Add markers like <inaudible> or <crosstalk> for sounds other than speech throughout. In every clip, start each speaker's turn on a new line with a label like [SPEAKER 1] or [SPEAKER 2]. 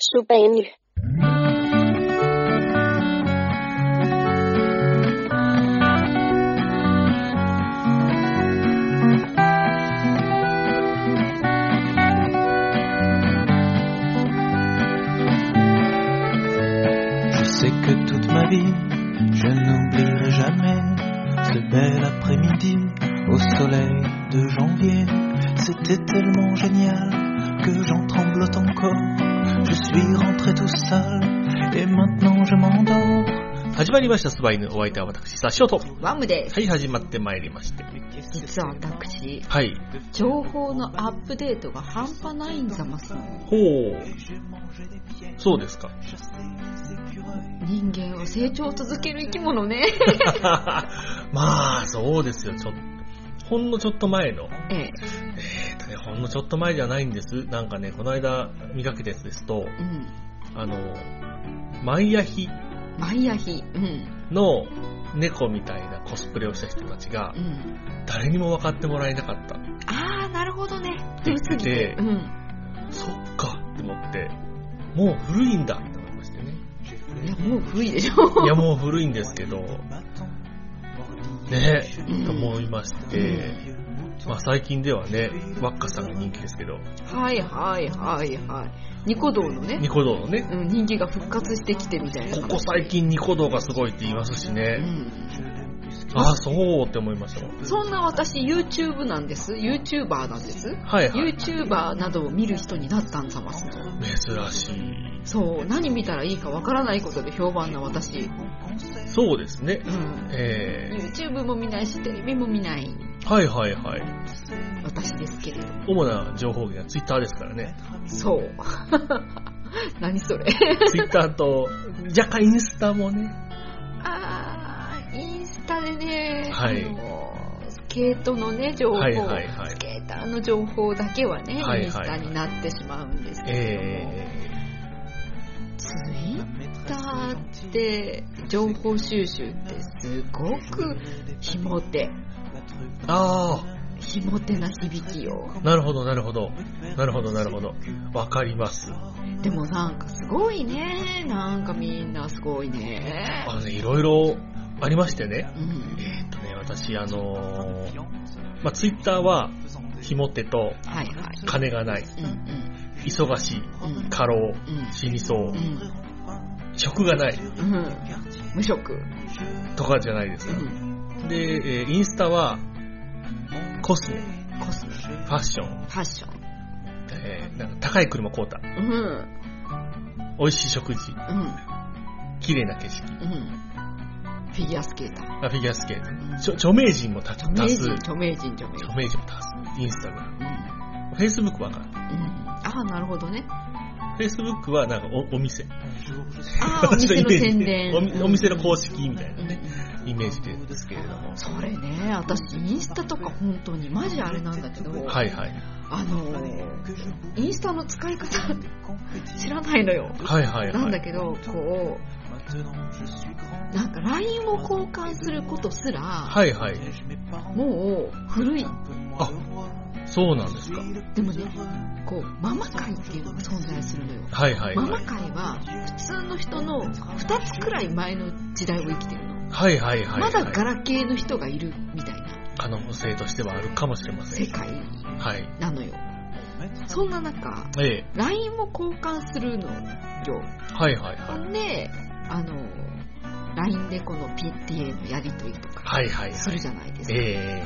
[SPEAKER 1] Chopin.
[SPEAKER 2] Je sais que toute ma vie, je n'oublierai jamais ce bel après-midi au soleil de janvier. C'était tellement génial que j'en tremblote encore. Je suis rentré tout seul et maintenant je m'endors.
[SPEAKER 3] 始まりました、スバイヌ。お相手は私、サッショウと。は
[SPEAKER 4] ワムです。
[SPEAKER 3] い、始まってまいりまして。
[SPEAKER 4] 実は私、
[SPEAKER 3] はい。
[SPEAKER 4] 情報のアップデートが半端ないんざますの。
[SPEAKER 3] ほう。そうですか。 <laughs>
[SPEAKER 4] 人間は成長を続ける生き物ね。
[SPEAKER 3] まあ、そうですよ。ちょほんのちょっと前の。
[SPEAKER 4] ええ。
[SPEAKER 3] えーとね、ほんのちょっと前じゃないんです。なんかね、この間見かけたやつですと、
[SPEAKER 4] うん。
[SPEAKER 3] あの、マイアヒ
[SPEAKER 4] 毎日、うん。
[SPEAKER 3] の猫みたいなコスプレをした人たちが
[SPEAKER 4] う、ん。
[SPEAKER 3] 誰にも分かってもらえなかった。
[SPEAKER 4] あー、なるほどね。古すぎて。
[SPEAKER 3] で
[SPEAKER 4] うん。
[SPEAKER 3] そっかって思って、もう古いんだって思いましてね。
[SPEAKER 4] いや、もう古いでしょ。
[SPEAKER 3] いや、もう古いんですけど、ね、と思いまして、まあ最近ではね、ワッカさんが人気ですけど、
[SPEAKER 4] はいはいはいはい。ニコ動のね
[SPEAKER 3] ニ、コ動のね、
[SPEAKER 4] うん、人気が復活してきてみたいな
[SPEAKER 3] こ
[SPEAKER 4] 話。
[SPEAKER 3] こ最近ニコ動がすごいって言いますし
[SPEAKER 4] う
[SPEAKER 3] ね、
[SPEAKER 4] ん。
[SPEAKER 3] ああ、そうって思いましたもん。
[SPEAKER 4] そんな私 YouTube なんです。YouTuber なんです。
[SPEAKER 3] はいはい。
[SPEAKER 4] YouTuber などを見る人になったんざますの。
[SPEAKER 3] 珍しい。
[SPEAKER 4] そう、何見たらいいかわからないことで評判な私。
[SPEAKER 3] そうですね
[SPEAKER 4] う。ん。
[SPEAKER 3] え
[SPEAKER 4] YouTube も見ないし、テレビも見ない
[SPEAKER 3] ー、はいはいはい。
[SPEAKER 4] 私ですけれど。
[SPEAKER 3] 主な情報源は Twitter ですから <laughs> ね。
[SPEAKER 4] そう。 <laughs> 何それ。
[SPEAKER 3] Twitter と、若干インスタもね。
[SPEAKER 4] あー、インスタでね、
[SPEAKER 3] はい
[SPEAKER 4] あのスケートのね、情報、
[SPEAKER 3] はいはいはい
[SPEAKER 4] スケーターの情報だけはね、
[SPEAKER 3] はいはいはい
[SPEAKER 4] インスタになってしまうんですけれども、
[SPEAKER 3] え
[SPEAKER 4] ツイッターって、情報収集ってすごくひもて、
[SPEAKER 3] ー、ああ、
[SPEAKER 4] ひもてな響きよ。
[SPEAKER 3] なるほど、なるほど。なるほど、なるほど。わかります。
[SPEAKER 4] でもなんかすごいね。なんかみんなすごい
[SPEAKER 3] あ
[SPEAKER 4] ね。
[SPEAKER 3] のね、いろいろありましてね。
[SPEAKER 4] うん
[SPEAKER 3] え。ーっとね、私、あのーまあ、ツイッターは、ひもてと、
[SPEAKER 4] はいはい。
[SPEAKER 3] 金がない、
[SPEAKER 4] うんうん
[SPEAKER 3] 忙しい、
[SPEAKER 4] うん
[SPEAKER 3] 過労、
[SPEAKER 4] うん
[SPEAKER 3] 死にそう
[SPEAKER 4] う、ん
[SPEAKER 3] 食がない、
[SPEAKER 4] うん。無職。
[SPEAKER 3] とかじゃないです
[SPEAKER 4] う
[SPEAKER 3] か。
[SPEAKER 4] ん。
[SPEAKER 3] で、えーインスタは、コスメ、
[SPEAKER 4] コスメ。フ
[SPEAKER 3] ファッション、
[SPEAKER 4] ァッション。
[SPEAKER 3] えーなんか高い車買うた、
[SPEAKER 4] うん。
[SPEAKER 3] 美味しい食事、
[SPEAKER 4] うん。
[SPEAKER 3] 綺麗な景色、
[SPEAKER 4] うん。フィギュアスケーター。
[SPEAKER 3] あフィギュアスケート、ちょ著名人も多数、
[SPEAKER 4] 著名人、著名人、著名人
[SPEAKER 3] 著。名人も多数、インスタグラム、
[SPEAKER 4] うん。うん。
[SPEAKER 3] フェイスブックわかんない。
[SPEAKER 4] ああ、なるほどね。
[SPEAKER 3] フェイスブックはなんかおお店。
[SPEAKER 4] ああ、お店の宣伝。
[SPEAKER 3] おみお店の公式みたい
[SPEAKER 4] うん
[SPEAKER 3] な
[SPEAKER 4] うん
[SPEAKER 3] ね、イメージですけれども。
[SPEAKER 4] それね、私、インスタとか本当に、マジあれなんだけど、
[SPEAKER 3] はいはい。
[SPEAKER 4] あのー、インスタの使い方知らないのよ。
[SPEAKER 3] はいはいはい。
[SPEAKER 4] なんだけど、こう、なんか LINE を交換することすら、
[SPEAKER 3] はいはい。
[SPEAKER 4] もう古い。
[SPEAKER 3] あ、そうなんですか。
[SPEAKER 4] でもね、こう、ママ会っていうのが存在するのよ。
[SPEAKER 3] はいはい
[SPEAKER 4] マ
[SPEAKER 3] は
[SPEAKER 4] マ
[SPEAKER 3] い。
[SPEAKER 4] 会は普通の人の2つくらい前の時代を生きてるの。
[SPEAKER 3] はいはいはい。
[SPEAKER 4] まだガラケーの人がいるみたいな
[SPEAKER 3] 可能性としてはあるかもしれませ
[SPEAKER 4] 世
[SPEAKER 3] ん。
[SPEAKER 4] 界
[SPEAKER 3] はい。
[SPEAKER 4] なのよ。そんな中、
[SPEAKER 3] ええ。
[SPEAKER 4] LINE を交換するのよ。
[SPEAKER 3] はいはい
[SPEAKER 4] ほ
[SPEAKER 3] はい。
[SPEAKER 4] んで、あの、LINE でこの PTA のやりとりとか
[SPEAKER 3] はいはい。
[SPEAKER 4] するじゃないですか。
[SPEAKER 3] え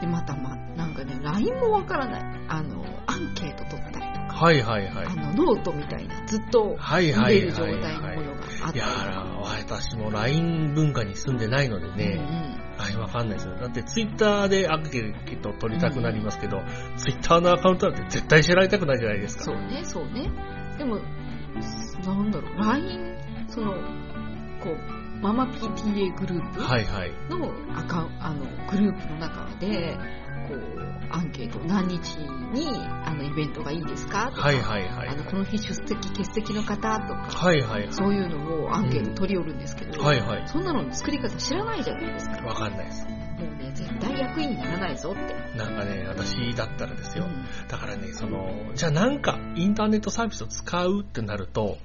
[SPEAKER 4] で、またま、なんかね、LINE もわからない。あの、アンケート取ったりと
[SPEAKER 3] え。
[SPEAKER 4] か、
[SPEAKER 3] はいはいはい
[SPEAKER 4] あ。の、ノートみたいな、ずっと
[SPEAKER 3] はいは
[SPEAKER 4] 見れ
[SPEAKER 3] い
[SPEAKER 4] る状
[SPEAKER 3] はい
[SPEAKER 4] 態の
[SPEAKER 3] は
[SPEAKER 4] もの
[SPEAKER 3] い。
[SPEAKER 4] があっ
[SPEAKER 3] い
[SPEAKER 4] たり
[SPEAKER 3] や
[SPEAKER 4] とか。
[SPEAKER 3] ー、私も LINE 文化に住んでないのでね、LINE わかんないですよ。だってツイッターでアンケート取りたくなりますけど、ツイッターのアカウントなんて絶対知られたくないじゃないですか。
[SPEAKER 4] そうね、そうね。でも、なんだろう、LINE、その、こう、ママ PTA グループ
[SPEAKER 3] はいはい。
[SPEAKER 4] のアカウンあのグループの中で、こう、アンケート、何日に、あの、イベントがいいですかとか、
[SPEAKER 3] はいはいはい
[SPEAKER 4] あ。の、この日出席、欠席の方とか、
[SPEAKER 3] はいはいは
[SPEAKER 4] そういうのをアンケート取り寄るんですけど、
[SPEAKER 3] い。はいはい。
[SPEAKER 4] そんなのの作り方知らないじゃないですか。
[SPEAKER 3] わかんないです。
[SPEAKER 4] もうね、絶対役員にならないぞって。
[SPEAKER 3] なんかね、私だったらです
[SPEAKER 4] う
[SPEAKER 3] よ。
[SPEAKER 4] ん
[SPEAKER 3] だからね、その、じゃあなんかインターネットサービスを使うってなると、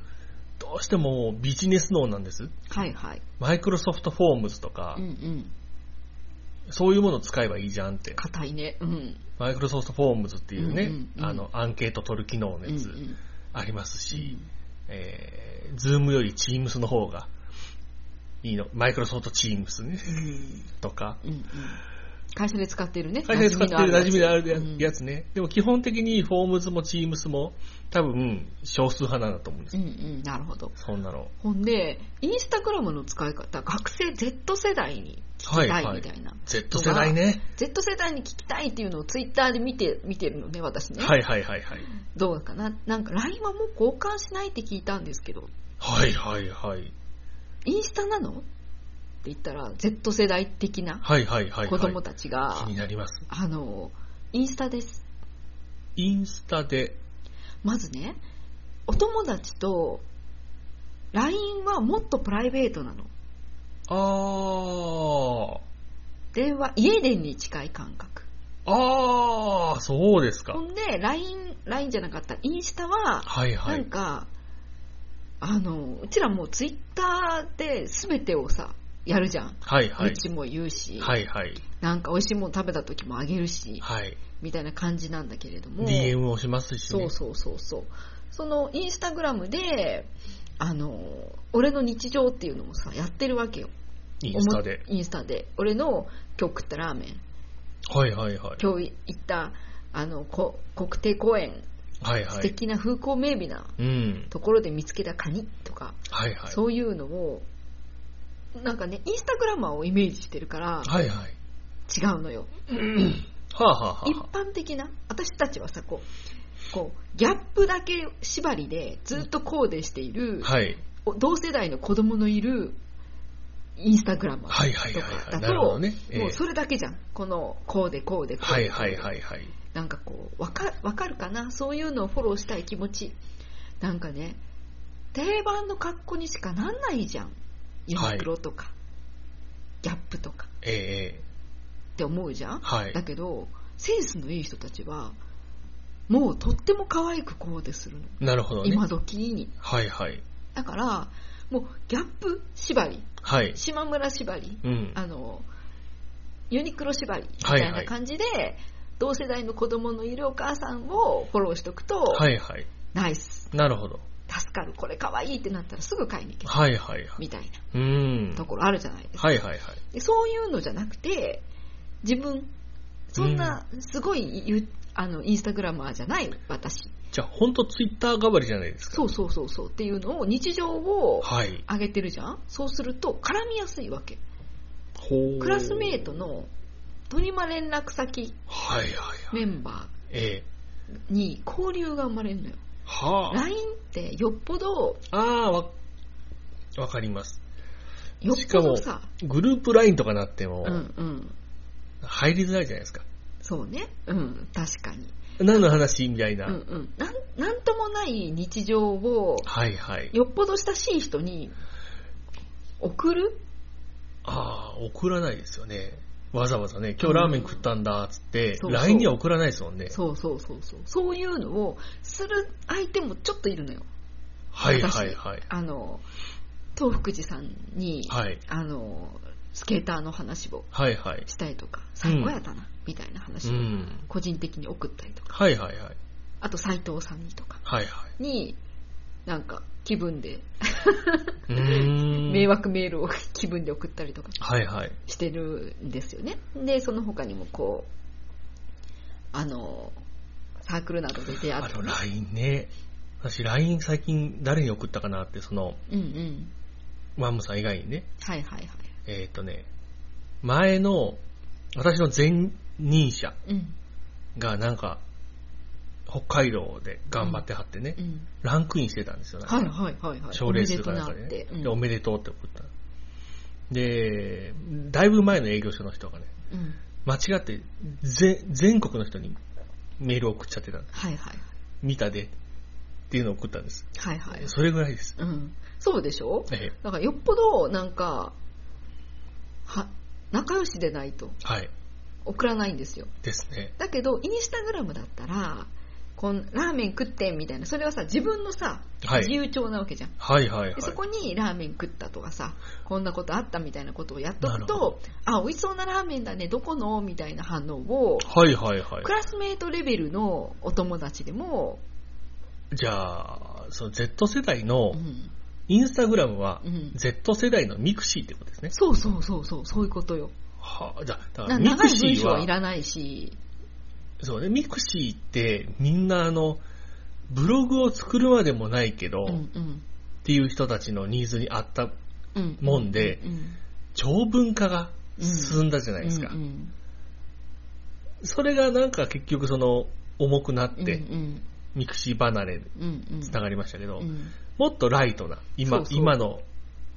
[SPEAKER 3] どうしてもビジネス脳なんです。
[SPEAKER 4] はいはい。
[SPEAKER 3] マイクロソフトフォームズとか、
[SPEAKER 4] うんうん。
[SPEAKER 3] そういうものを使えばいいじゃんって。
[SPEAKER 4] 硬いね。うん。
[SPEAKER 3] マイクロソフトフォームズっていうね、
[SPEAKER 4] うんうんうん
[SPEAKER 3] あの、アンケート取る機能の
[SPEAKER 4] うんう
[SPEAKER 3] やつ
[SPEAKER 4] ん。
[SPEAKER 3] ありますし、えー、ズームより Teams の方がいいの。マイクロソフト Teams ね、とか。
[SPEAKER 4] うんうん。会社で使ってるね。
[SPEAKER 3] 会社で使ってる馴染みのあるや
[SPEAKER 4] うん
[SPEAKER 3] やつね。でも基本的にフォームズも Teams も多分少数派なんだと思うんです
[SPEAKER 4] うんうん、なるほど。
[SPEAKER 3] そんなの。
[SPEAKER 4] ほんで、インスタグラムの使い方、学生 Z 世代に聞
[SPEAKER 3] は
[SPEAKER 4] き
[SPEAKER 3] い
[SPEAKER 4] たい
[SPEAKER 3] は
[SPEAKER 4] み
[SPEAKER 3] い
[SPEAKER 4] た。いな。
[SPEAKER 3] Z 世代ね。
[SPEAKER 4] Z 世代に聞きたいっていうのをツイッターで見て、見てるのね、私ね。
[SPEAKER 3] はいはいはいはい。
[SPEAKER 4] どうかな。なんか LINE はもう交換しないって聞いたんですけど、
[SPEAKER 3] はいはいはい。
[SPEAKER 4] インスタなのって言ったら、Z 世代的な
[SPEAKER 3] はいはいはい、はい。
[SPEAKER 4] 子供たちが、
[SPEAKER 3] 気になります。
[SPEAKER 4] あの、インスタです。
[SPEAKER 3] インスタで、
[SPEAKER 4] まずね、お友達と、LINE はもっとプライベートなの。
[SPEAKER 3] あー、
[SPEAKER 4] 電話、家電に近い感覚。
[SPEAKER 3] あー、そうですか
[SPEAKER 4] ほ。んで、LINE、LINE じゃなかった、インスタは、
[SPEAKER 3] はいは
[SPEAKER 4] なん
[SPEAKER 3] い。
[SPEAKER 4] か、あの、うちらもうツイッターで全てをさ、やるじゃん。
[SPEAKER 3] はいは
[SPEAKER 4] う
[SPEAKER 3] い。
[SPEAKER 4] ちも言うし、
[SPEAKER 3] はいはい。
[SPEAKER 4] なんか美味しいもの食べた時もあげるし、
[SPEAKER 3] はい。
[SPEAKER 4] みたいな感じなんだけれども、
[SPEAKER 3] DM をしますし
[SPEAKER 4] そ
[SPEAKER 3] ね。
[SPEAKER 4] うそうそうそう。そのインスタグラムで、あの、俺の日常っていうのもさ、やってるわけよ。
[SPEAKER 3] インスタで。
[SPEAKER 4] おもインスタで。俺の今日食ったラーメン、
[SPEAKER 3] はいはいはい。
[SPEAKER 4] 今日行った、あの、こ国定公園、
[SPEAKER 3] はい
[SPEAKER 4] 素
[SPEAKER 3] はい。
[SPEAKER 4] 敵な風光明媚な
[SPEAKER 3] うん。
[SPEAKER 4] ところで見つけたカニとか、
[SPEAKER 3] はいはい。
[SPEAKER 4] そういうのを、なんかね、インスタグラマーをイメージしてるから、
[SPEAKER 3] はいはい。
[SPEAKER 4] 違うのよ。
[SPEAKER 3] はあ、はあは
[SPEAKER 4] 一
[SPEAKER 3] あは
[SPEAKER 4] 般的な、私たちはさ、こう、こう、ギャップだけ縛りでずっとコーデしている、
[SPEAKER 3] あ、はい。
[SPEAKER 4] お同世代の子供のいるインスタグラマ
[SPEAKER 3] はい
[SPEAKER 4] ー
[SPEAKER 3] はい
[SPEAKER 4] と
[SPEAKER 3] はい
[SPEAKER 4] か
[SPEAKER 3] は
[SPEAKER 4] だ
[SPEAKER 3] い。なるほど
[SPEAKER 4] と、
[SPEAKER 3] ね。ええ
[SPEAKER 4] もうそれだけじゃん。この、こうでこうでこう
[SPEAKER 3] は
[SPEAKER 4] で
[SPEAKER 3] いはいはいはい。
[SPEAKER 4] なんかこう、わか、わかるかなそういうのをフォローしたい気持ち。なんかね、定番の格好にしかなんないじゃん。ユニクロとか、ギャップとか
[SPEAKER 3] ええええ
[SPEAKER 4] って思うじゃん。
[SPEAKER 3] はい
[SPEAKER 4] だ。けど、センスのいい人たちは、もうとっても可愛くコーデするの。
[SPEAKER 3] なるほどね。
[SPEAKER 4] 今時に。
[SPEAKER 3] はいはい。
[SPEAKER 4] だから、もうギャップ縛り、
[SPEAKER 3] はい。
[SPEAKER 4] 島村縛り、
[SPEAKER 3] うん。
[SPEAKER 4] あの、ユニクロ縛りみたいな感じで、同世代の子供のいるお母さんをフォローしとくと、
[SPEAKER 3] はいはい。
[SPEAKER 4] ナイス、
[SPEAKER 3] なるほど。
[SPEAKER 4] 助かる、これかわいいってなったらすぐ買いに行ける、
[SPEAKER 3] はいはいはい。
[SPEAKER 4] みたいな
[SPEAKER 3] うーん。
[SPEAKER 4] ところあるじゃないですか。
[SPEAKER 3] はいはいはい。
[SPEAKER 4] でそういうのじゃなくて、自分、そんな、すごい、ゆあの、インスタグラマーじゃない、私。
[SPEAKER 3] じゃあ、ほんとツイッター代わりじゃないですか。
[SPEAKER 4] そうそうそうそうっていうのを、日常を
[SPEAKER 3] はい。
[SPEAKER 4] 上げてるじゃんそうすると、絡みやすいわけ。
[SPEAKER 3] ほう
[SPEAKER 4] クラスメート。の、とりま連絡先
[SPEAKER 3] はいはいはい。
[SPEAKER 4] メンバー、
[SPEAKER 3] ええ。
[SPEAKER 4] に交流が生まれるのよ。
[SPEAKER 3] はあ。
[SPEAKER 4] LINE ってよっぽど、
[SPEAKER 3] ああ、わ、わかります。
[SPEAKER 4] よっ
[SPEAKER 3] し
[SPEAKER 4] ぽ
[SPEAKER 3] か
[SPEAKER 4] ど
[SPEAKER 3] も
[SPEAKER 4] さ、
[SPEAKER 3] グループラインとかなって
[SPEAKER 4] う
[SPEAKER 3] も
[SPEAKER 4] ん、うん。
[SPEAKER 3] 入りづらいじゃないですか。
[SPEAKER 4] そうね。うん、確かに。
[SPEAKER 3] 何の話みたいうな。
[SPEAKER 4] んうん。なん、なんともない日常を、
[SPEAKER 3] はいはい。
[SPEAKER 4] よっぽど親しい人に送る
[SPEAKER 3] ああ、送らないですよね。わざわざね、今日ラーメン食ったんだ、つって、
[SPEAKER 4] そうそう
[SPEAKER 3] LINE には送らないですもんね。
[SPEAKER 4] そうそうそうそう。そういうのをする相手もちょっといるのよ。
[SPEAKER 3] はいはいはい
[SPEAKER 4] 私。あの、東福寺さんに、
[SPEAKER 3] はい。
[SPEAKER 4] あの、スケーターの話を
[SPEAKER 3] はいはい。
[SPEAKER 4] したいとか、最高やったな、みたいな
[SPEAKER 3] う
[SPEAKER 4] 話を
[SPEAKER 3] ん。
[SPEAKER 4] 個人的に送ったりとか、
[SPEAKER 3] はいはいはい。
[SPEAKER 4] あと斎藤さんにとか。
[SPEAKER 3] はいはい。
[SPEAKER 4] に、なんか気分で、
[SPEAKER 3] うーん。
[SPEAKER 4] 迷惑メールを気分で送ったりとか
[SPEAKER 3] はいはい。
[SPEAKER 4] してるんですよね。で、その他にもこう、あの、サークルなどで出会
[SPEAKER 3] あ
[SPEAKER 4] って、
[SPEAKER 3] の、LINE ね。私、LINE 最近誰に送ったかなって、その、
[SPEAKER 4] うんうん。
[SPEAKER 3] マムさん以外にね。
[SPEAKER 4] はいはいはい。
[SPEAKER 3] えーっ、とね、前の、私の前任者
[SPEAKER 4] うん
[SPEAKER 3] がなんか、北海道で頑張ってはってね、
[SPEAKER 4] うん。
[SPEAKER 3] ランクインしてたんですよ。なんか
[SPEAKER 4] はいはいはいはい。
[SPEAKER 3] 賞レースかなんかでね。
[SPEAKER 4] おめでとうな
[SPEAKER 3] でおめでとう
[SPEAKER 4] って
[SPEAKER 3] って送ったの。で、だいぶ前の営業所の人がね、
[SPEAKER 4] うん。うん
[SPEAKER 3] 間違ってぜ全国の人にメールを送っちゃってた
[SPEAKER 4] はいはい。
[SPEAKER 3] 見たでっていうのを送ったんです
[SPEAKER 4] はいはい。
[SPEAKER 3] それぐらいです
[SPEAKER 4] うん。そうでしょ
[SPEAKER 3] ええ
[SPEAKER 4] だからよっぽど、なんか、は、仲良しでないと
[SPEAKER 3] はい
[SPEAKER 4] 送らないんですよ。
[SPEAKER 3] ですね
[SPEAKER 4] だけど、インスタグラムだったら、こんラーメン食ってんみたいな、それはさ、自分のさ、
[SPEAKER 3] はい
[SPEAKER 4] 自由帳なわけじゃん。
[SPEAKER 3] はいはいは
[SPEAKER 4] で
[SPEAKER 3] い
[SPEAKER 4] そこにラーメン食ったとかさ、こんなことあったみたいなことをやっとく
[SPEAKER 3] なるほ
[SPEAKER 4] と、あ、美味しそうなラーメンだね、どこのみたいな反応を、
[SPEAKER 3] はいはいはい
[SPEAKER 4] クラスメートレベルのお友達でも、
[SPEAKER 3] じゃあその Z 世代の
[SPEAKER 4] うん
[SPEAKER 3] インスタグラムは
[SPEAKER 4] うん
[SPEAKER 3] Z 世代のミクシーってことですね、
[SPEAKER 4] そうそうそうそう、そういうことよ。
[SPEAKER 3] はあ、じゃあだから
[SPEAKER 4] な
[SPEAKER 3] ミ
[SPEAKER 4] 長
[SPEAKER 3] ク
[SPEAKER 4] い
[SPEAKER 3] シ
[SPEAKER 4] 文
[SPEAKER 3] ー
[SPEAKER 4] 章はい
[SPEAKER 3] は
[SPEAKER 4] らないし、
[SPEAKER 3] そうねミクシーってみんなあのブログを作るまでもないけど、
[SPEAKER 4] うんう
[SPEAKER 3] っ
[SPEAKER 4] ん
[SPEAKER 3] ていう人たちのニーズに合った
[SPEAKER 4] うん、
[SPEAKER 3] もんで
[SPEAKER 4] うん
[SPEAKER 3] 長文化が進んだじゃないですか、
[SPEAKER 4] うんうん
[SPEAKER 3] それがなんか結局その重くなっ
[SPEAKER 4] う
[SPEAKER 3] て
[SPEAKER 4] ん
[SPEAKER 3] ミクシー離れに
[SPEAKER 4] うんうんうん
[SPEAKER 3] つながりましたけど、
[SPEAKER 4] うん
[SPEAKER 3] もっとライトな今
[SPEAKER 4] そうそう
[SPEAKER 3] 今の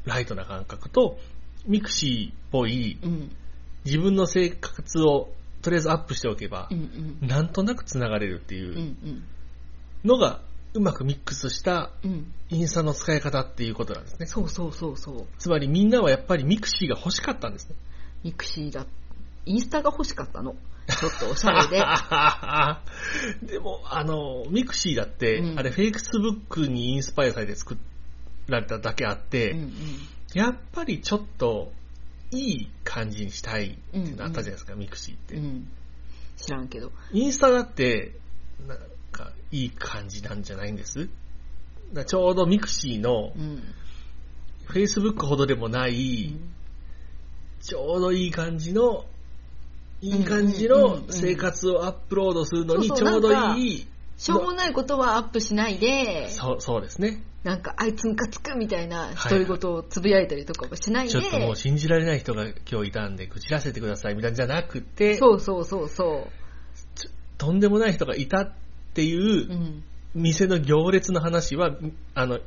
[SPEAKER 3] ライトな感覚とミクシーっぽい
[SPEAKER 4] うん
[SPEAKER 3] 自分の生活をとりあえずアップしておけば
[SPEAKER 4] うんう、ん
[SPEAKER 3] なんとなくつながれるってい
[SPEAKER 4] うんう
[SPEAKER 3] うんのがうまくミックスした
[SPEAKER 4] うん
[SPEAKER 3] インスタの使い方っていうことなんですね
[SPEAKER 4] そうそうそうそう
[SPEAKER 3] つまりみんなはやっぱりミクシーが欲しかったんですね
[SPEAKER 4] ミクシーだインスタが欲しかったのちょっとおしゃ
[SPEAKER 3] <laughs>
[SPEAKER 4] れで
[SPEAKER 3] でも、あの、ミクシーだって、
[SPEAKER 4] うん
[SPEAKER 3] あれ、フェイクスブックにインスパイアされて作られただけあって、
[SPEAKER 4] うん
[SPEAKER 3] やっぱりちょっと、いい感じにしたいっていうのあったじゃないですか、ミクシーって。
[SPEAKER 4] うんうん知らんけど
[SPEAKER 3] インスタだって、なんか、いい感じなんじゃないんですだちょうどミクシーの
[SPEAKER 4] う、ん
[SPEAKER 3] フェイスブックほどでもない、ちょうどいい感じの、いい感じ
[SPEAKER 4] うんうんうんう
[SPEAKER 3] の
[SPEAKER 4] ん
[SPEAKER 3] 生活をアップロードするのに
[SPEAKER 4] そう
[SPEAKER 3] ち
[SPEAKER 4] そう
[SPEAKER 3] ょうど
[SPEAKER 4] なんか
[SPEAKER 3] いい、
[SPEAKER 4] しょうもないことはアップしないで
[SPEAKER 3] そう、そうですね。
[SPEAKER 4] なんかあいつムカつくみたいな
[SPEAKER 3] はい
[SPEAKER 4] 独り言をつぶやいたりとかもしない
[SPEAKER 3] ち
[SPEAKER 4] で
[SPEAKER 3] ょっともう信じられない人が今日いたんで、愚痴らせてくださいみたいなんじゃなくて、
[SPEAKER 4] そうそうそうそ
[SPEAKER 3] ちょとんでもない人がいたっていう
[SPEAKER 4] うう
[SPEAKER 3] うん店の行列の話は、あの、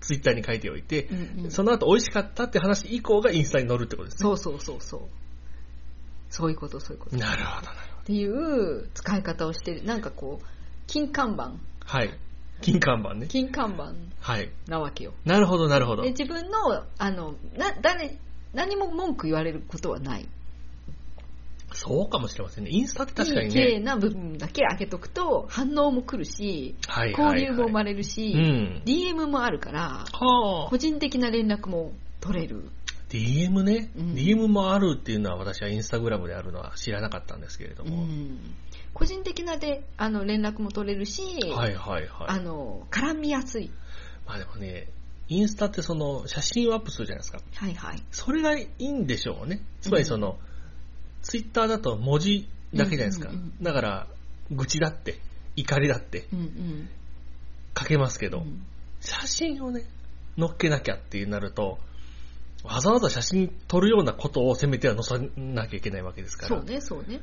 [SPEAKER 3] ツイッターに書いておいて
[SPEAKER 4] う、んうん
[SPEAKER 3] その後美味しかったって話以降がインスタに載るってことですね。
[SPEAKER 4] そうそうそうそう。そういうこと、そういうこと。っ
[SPEAKER 3] なるほど、なるほど。
[SPEAKER 4] ていう使い方をしてる。なんかこう、金看板。
[SPEAKER 3] はい。金看板ね。
[SPEAKER 4] 金看板
[SPEAKER 3] はい。
[SPEAKER 4] なわけよ。
[SPEAKER 3] なるほど、なるほど
[SPEAKER 4] で、。自分の、あの、な、誰、何も文句言われることはない。
[SPEAKER 3] そうかもしれませんね。インスタって確かに
[SPEAKER 4] 綺麗
[SPEAKER 3] ね。
[SPEAKER 4] な部分だけ上げとくと、反応も来るし、
[SPEAKER 3] はいはい、は
[SPEAKER 4] 交
[SPEAKER 3] い。
[SPEAKER 4] 流も生ま
[SPEAKER 3] れ
[SPEAKER 4] れるし、
[SPEAKER 3] うん。
[SPEAKER 4] DM もあるから、
[SPEAKER 3] はあ
[SPEAKER 4] 個。人的な連絡も取れる。
[SPEAKER 3] DM ね、
[SPEAKER 4] うん
[SPEAKER 3] DM もあるっていうのは私はインスタグラムであるのは知らなかったんですけれど
[SPEAKER 4] う
[SPEAKER 3] も、
[SPEAKER 4] ん。個人的なで、あの、連絡も取れるし、
[SPEAKER 3] はいはいは
[SPEAKER 4] あ
[SPEAKER 3] い
[SPEAKER 4] の、絡みやすい。
[SPEAKER 3] まあでもねインスタってその写真をアップするじゃないですか
[SPEAKER 4] はいはい。
[SPEAKER 3] それがいいんでしょうねつまりその、ツイッターだと文字だけじゃないですか、
[SPEAKER 4] うんうんうん
[SPEAKER 3] だから愚痴だって怒りだって
[SPEAKER 4] うんうん。
[SPEAKER 3] 書けますけど、
[SPEAKER 4] うん
[SPEAKER 3] 写真をね載っけなきゃってなるとわざわざ写真撮るようなことをせめては載さなきゃいけないわけですから
[SPEAKER 4] そうね、そうね。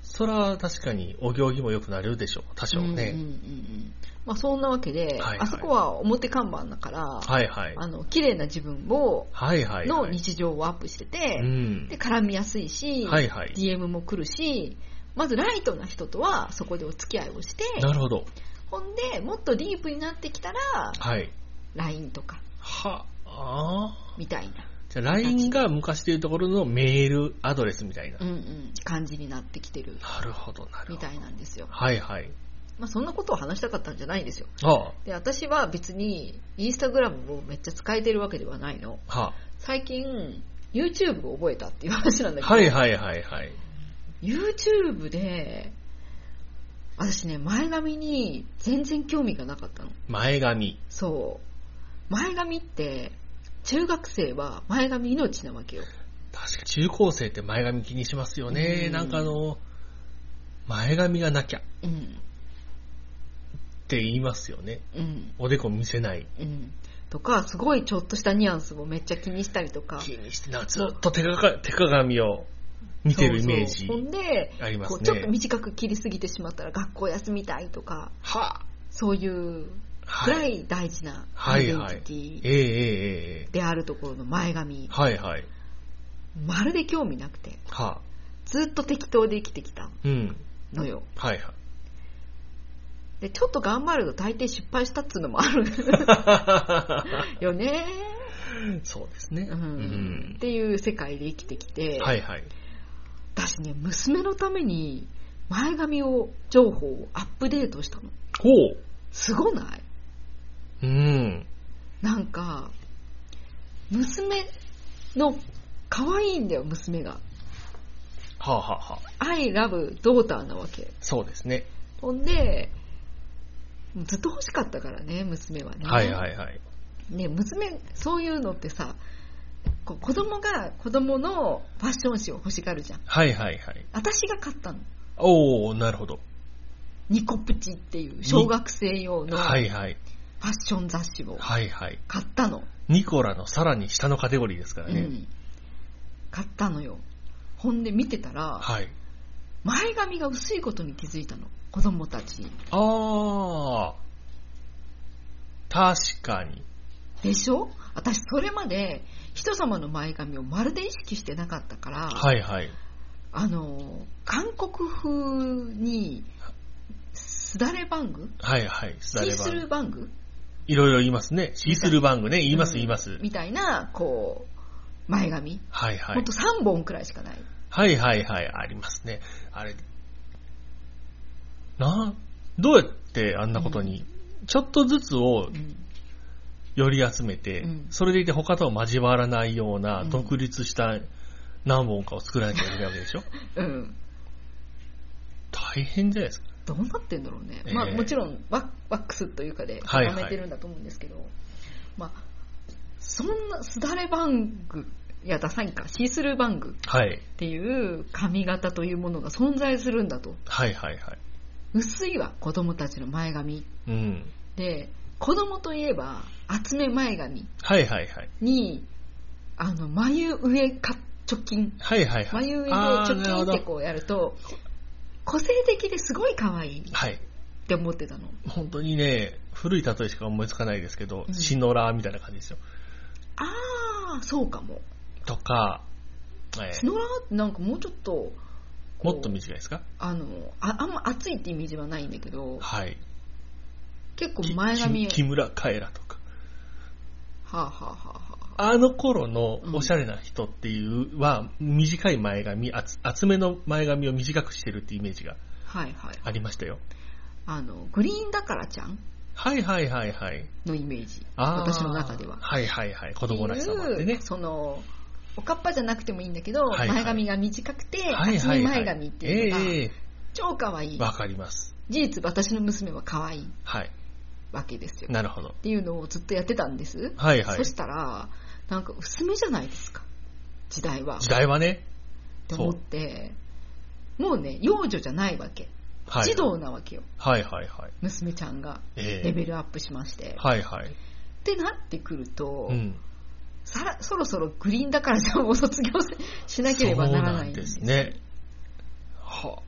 [SPEAKER 3] それは確かにお行儀も良くなるでしょう多少ね、
[SPEAKER 4] うんうんうんうんまあ、そんなわけで、
[SPEAKER 3] はいはい
[SPEAKER 4] あそこは表看板だから、
[SPEAKER 3] はいはい
[SPEAKER 4] あの綺麗な自分を
[SPEAKER 3] はいはいはい
[SPEAKER 4] の日常をアップしてて、
[SPEAKER 3] うん
[SPEAKER 4] で絡みやすいし、
[SPEAKER 3] はいはい
[SPEAKER 4] DM も来るし、まずライトな人とはそこでお付き合いをして、
[SPEAKER 3] なるほど
[SPEAKER 4] ほんで、もっとディープになってきたら、
[SPEAKER 3] はい
[SPEAKER 4] LINE とか、
[SPEAKER 3] はあー
[SPEAKER 4] みたいな、
[SPEAKER 3] じゃあ LINE が昔でいうところのメールアドレスみたいな、
[SPEAKER 4] うんうん、感じになってきてる
[SPEAKER 3] なるほどなる
[SPEAKER 4] み
[SPEAKER 3] ほど
[SPEAKER 4] たいなんですよ。
[SPEAKER 3] はいはい
[SPEAKER 4] まあ、そんなことを話したかったんじゃないんですよ。
[SPEAKER 3] ああは
[SPEAKER 4] で、私は別に、インスタグラムをめっちゃ使えてるわけではないの。
[SPEAKER 3] あ
[SPEAKER 4] 最近 YouTube を覚えたっていう話なんだけど、
[SPEAKER 3] はいはいはいはい
[SPEAKER 4] YouTube で私ね前髪に全然興味がなかったの
[SPEAKER 3] 前髪
[SPEAKER 4] そう前髪って中学生は前髪命なわけよ
[SPEAKER 3] 確か中高生って前髪気にしますよね、
[SPEAKER 4] うん
[SPEAKER 3] なんかあの前髪がなきゃっ
[SPEAKER 4] うん
[SPEAKER 3] て言いますよね
[SPEAKER 4] うん
[SPEAKER 3] おでこ見せない
[SPEAKER 4] うんとかすごいちょっとしたニュアンスもめっちゃ気にしたりとか
[SPEAKER 3] 気にしてなんかずっと手がか手鏡を見てるイメージ
[SPEAKER 4] そうそうほんで
[SPEAKER 3] ありま
[SPEAKER 4] こ
[SPEAKER 3] す
[SPEAKER 4] う
[SPEAKER 3] ね
[SPEAKER 4] ちょっと短く切りすぎてしまったら学校休みたいとか
[SPEAKER 3] は
[SPEAKER 4] そういうぐらい大事なア
[SPEAKER 3] は
[SPEAKER 4] イデ
[SPEAKER 3] い
[SPEAKER 4] ン
[SPEAKER 3] はい
[SPEAKER 4] ティ
[SPEAKER 3] え
[SPEAKER 4] テ
[SPEAKER 3] ええええ
[SPEAKER 4] ィであるところの前髪
[SPEAKER 3] えはいはい
[SPEAKER 4] まるで興味なくて。
[SPEAKER 3] は
[SPEAKER 4] ずっと適当で生きてきた
[SPEAKER 3] うん。
[SPEAKER 4] のよ。
[SPEAKER 3] はい
[SPEAKER 4] <laughs>
[SPEAKER 3] はい。
[SPEAKER 4] で、ちょっと頑張ると大抵失敗したっつうのもあるよね。
[SPEAKER 3] そうですね。
[SPEAKER 4] う
[SPEAKER 3] うん
[SPEAKER 4] っ
[SPEAKER 3] ん。
[SPEAKER 4] ていう世界で生きてきて、
[SPEAKER 3] はいはい。
[SPEAKER 4] 私ね、娘のために前髪を、情報をアップデートしたの。
[SPEAKER 3] ほう。
[SPEAKER 4] すごな
[SPEAKER 3] う
[SPEAKER 4] い
[SPEAKER 3] ん。
[SPEAKER 4] なんか、娘の、可愛いんだよ、娘が。
[SPEAKER 3] はあ、はあはあ、
[SPEAKER 4] I love daughter なわけ。
[SPEAKER 3] そうですね。
[SPEAKER 4] ほんで、ずっと欲しかったからね、娘はね。
[SPEAKER 3] はいはいはい。
[SPEAKER 4] ね、娘、そういうのってさ、こう子供が子供のファッション誌を欲しがるじゃん。
[SPEAKER 3] はいはいはい。
[SPEAKER 4] 私が買ったの。
[SPEAKER 3] おー、なるほど。
[SPEAKER 4] ニコプチっていう小学生用のフ
[SPEAKER 3] は
[SPEAKER 4] ァッ
[SPEAKER 3] いはい。
[SPEAKER 4] ション雑誌を
[SPEAKER 3] はいはい。
[SPEAKER 4] 買ったの。
[SPEAKER 3] ニコラのさらに下のカテゴリーですから
[SPEAKER 4] う
[SPEAKER 3] ね。
[SPEAKER 4] ん。買ったのよ。ほんで見てたら、
[SPEAKER 3] はい。
[SPEAKER 4] 前髪が薄いことに気づいたの。子供たち。
[SPEAKER 3] あー。確かに。
[SPEAKER 4] でしょ私それまで人様の前髪をまるで意識してなかったから、
[SPEAKER 3] はいはい。
[SPEAKER 4] あの、韓国風に、すだれバング
[SPEAKER 3] はいはい。
[SPEAKER 4] シースルーバング
[SPEAKER 3] いろいろ言いますね。シースルーバングね。言います言います。
[SPEAKER 4] みたいな、こう、前髪。
[SPEAKER 3] はいは
[SPEAKER 4] ほ
[SPEAKER 3] い
[SPEAKER 4] んと。3本くらいしかない。
[SPEAKER 3] はいはいはい、ありますね。あれ、な、どうやってあんなことに、ちょっとずつを
[SPEAKER 4] うん
[SPEAKER 3] 寄り集めて、
[SPEAKER 4] うん
[SPEAKER 3] それでいて他とは交わらないような
[SPEAKER 4] うん
[SPEAKER 3] 独立した何本かを作らなきゃいけないわけで
[SPEAKER 4] <laughs>
[SPEAKER 3] しょ
[SPEAKER 4] うん。
[SPEAKER 3] 大変じゃないですか。
[SPEAKER 4] どうなってんだろうね。
[SPEAKER 3] ええ
[SPEAKER 4] まあもちろんワワックスというかで
[SPEAKER 3] はいは
[SPEAKER 4] 固
[SPEAKER 3] い
[SPEAKER 4] めてるんだと思うんですけど、まあ、そんなすだれバング、いや、ダサいんか、シースルーバング
[SPEAKER 3] はい。
[SPEAKER 4] っていう髪型というものが存在するんだと。
[SPEAKER 3] はいはいはい。
[SPEAKER 4] 薄いわ、子供たちの前髪。
[SPEAKER 3] うん。
[SPEAKER 4] で、子供といえば、厚め前髪
[SPEAKER 3] はいはいはい。
[SPEAKER 4] に、あの、眉上か直近。
[SPEAKER 3] はいはいはい。
[SPEAKER 4] 眉上で
[SPEAKER 3] あ
[SPEAKER 4] チ
[SPEAKER 3] ーなる
[SPEAKER 4] ョキン
[SPEAKER 3] ほ
[SPEAKER 4] って
[SPEAKER 3] ど。
[SPEAKER 4] こうやると、個性的ですごい可愛いっ
[SPEAKER 3] はい。
[SPEAKER 4] て思ってたの。
[SPEAKER 3] 本当にね、古い例えしか思いつかないですけど、
[SPEAKER 4] うん
[SPEAKER 3] シノラーみたいな感じですよ。
[SPEAKER 4] あー、そうかも。
[SPEAKER 3] とか、えー
[SPEAKER 4] スノラーってなんかもうちょっと、こう
[SPEAKER 3] もっと短いですか
[SPEAKER 4] あのあ、あんま熱いってイメージはないんだけど、
[SPEAKER 3] はい。
[SPEAKER 4] 結構前髪、
[SPEAKER 3] き木村カエラとか。
[SPEAKER 4] はあ、はあはあはあ、
[SPEAKER 3] あの頃のおしゃれな人っていうは、短い前髪、厚厚めの前髪を短くしてるってイメージが
[SPEAKER 4] はいはい。
[SPEAKER 3] ありましたよ。
[SPEAKER 4] あの、グリーンだからちゃん
[SPEAKER 3] はいはいはいはい。
[SPEAKER 4] のイメージ。
[SPEAKER 3] あー
[SPEAKER 4] 私の中では。
[SPEAKER 3] はいはいはい。子供らしさもあって
[SPEAKER 4] ってい
[SPEAKER 3] ね
[SPEAKER 4] う。その、おかっぱじゃなくてもいいんだけど、
[SPEAKER 3] はいはい
[SPEAKER 4] 前髪が短くて、
[SPEAKER 3] はいはい
[SPEAKER 4] 厚み
[SPEAKER 3] はい。
[SPEAKER 4] 前髪っていうのが、
[SPEAKER 3] ええ
[SPEAKER 4] 超可愛い。
[SPEAKER 3] わかります。
[SPEAKER 4] 事実、私の娘は可愛い
[SPEAKER 3] はい。
[SPEAKER 4] わけですよ。っ
[SPEAKER 3] なるほど。
[SPEAKER 4] ていうのをずっとやってたんです。
[SPEAKER 3] はいはい
[SPEAKER 4] そ。したら、なんか薄めじゃないですか、時代は。
[SPEAKER 3] 時代はね、
[SPEAKER 4] って思って、もうね、幼女じゃないわけ。
[SPEAKER 3] はい。
[SPEAKER 4] 児童なわけよ。
[SPEAKER 3] はいはいはい。
[SPEAKER 4] 娘ちゃんが
[SPEAKER 3] ええ
[SPEAKER 4] レベルアップしまして。
[SPEAKER 3] はいはい。
[SPEAKER 4] ってなってくると、
[SPEAKER 3] うん。
[SPEAKER 4] さらそろそろグリーンだからじゃあもう卒業せしなければならないんです
[SPEAKER 3] そうなんですね。は、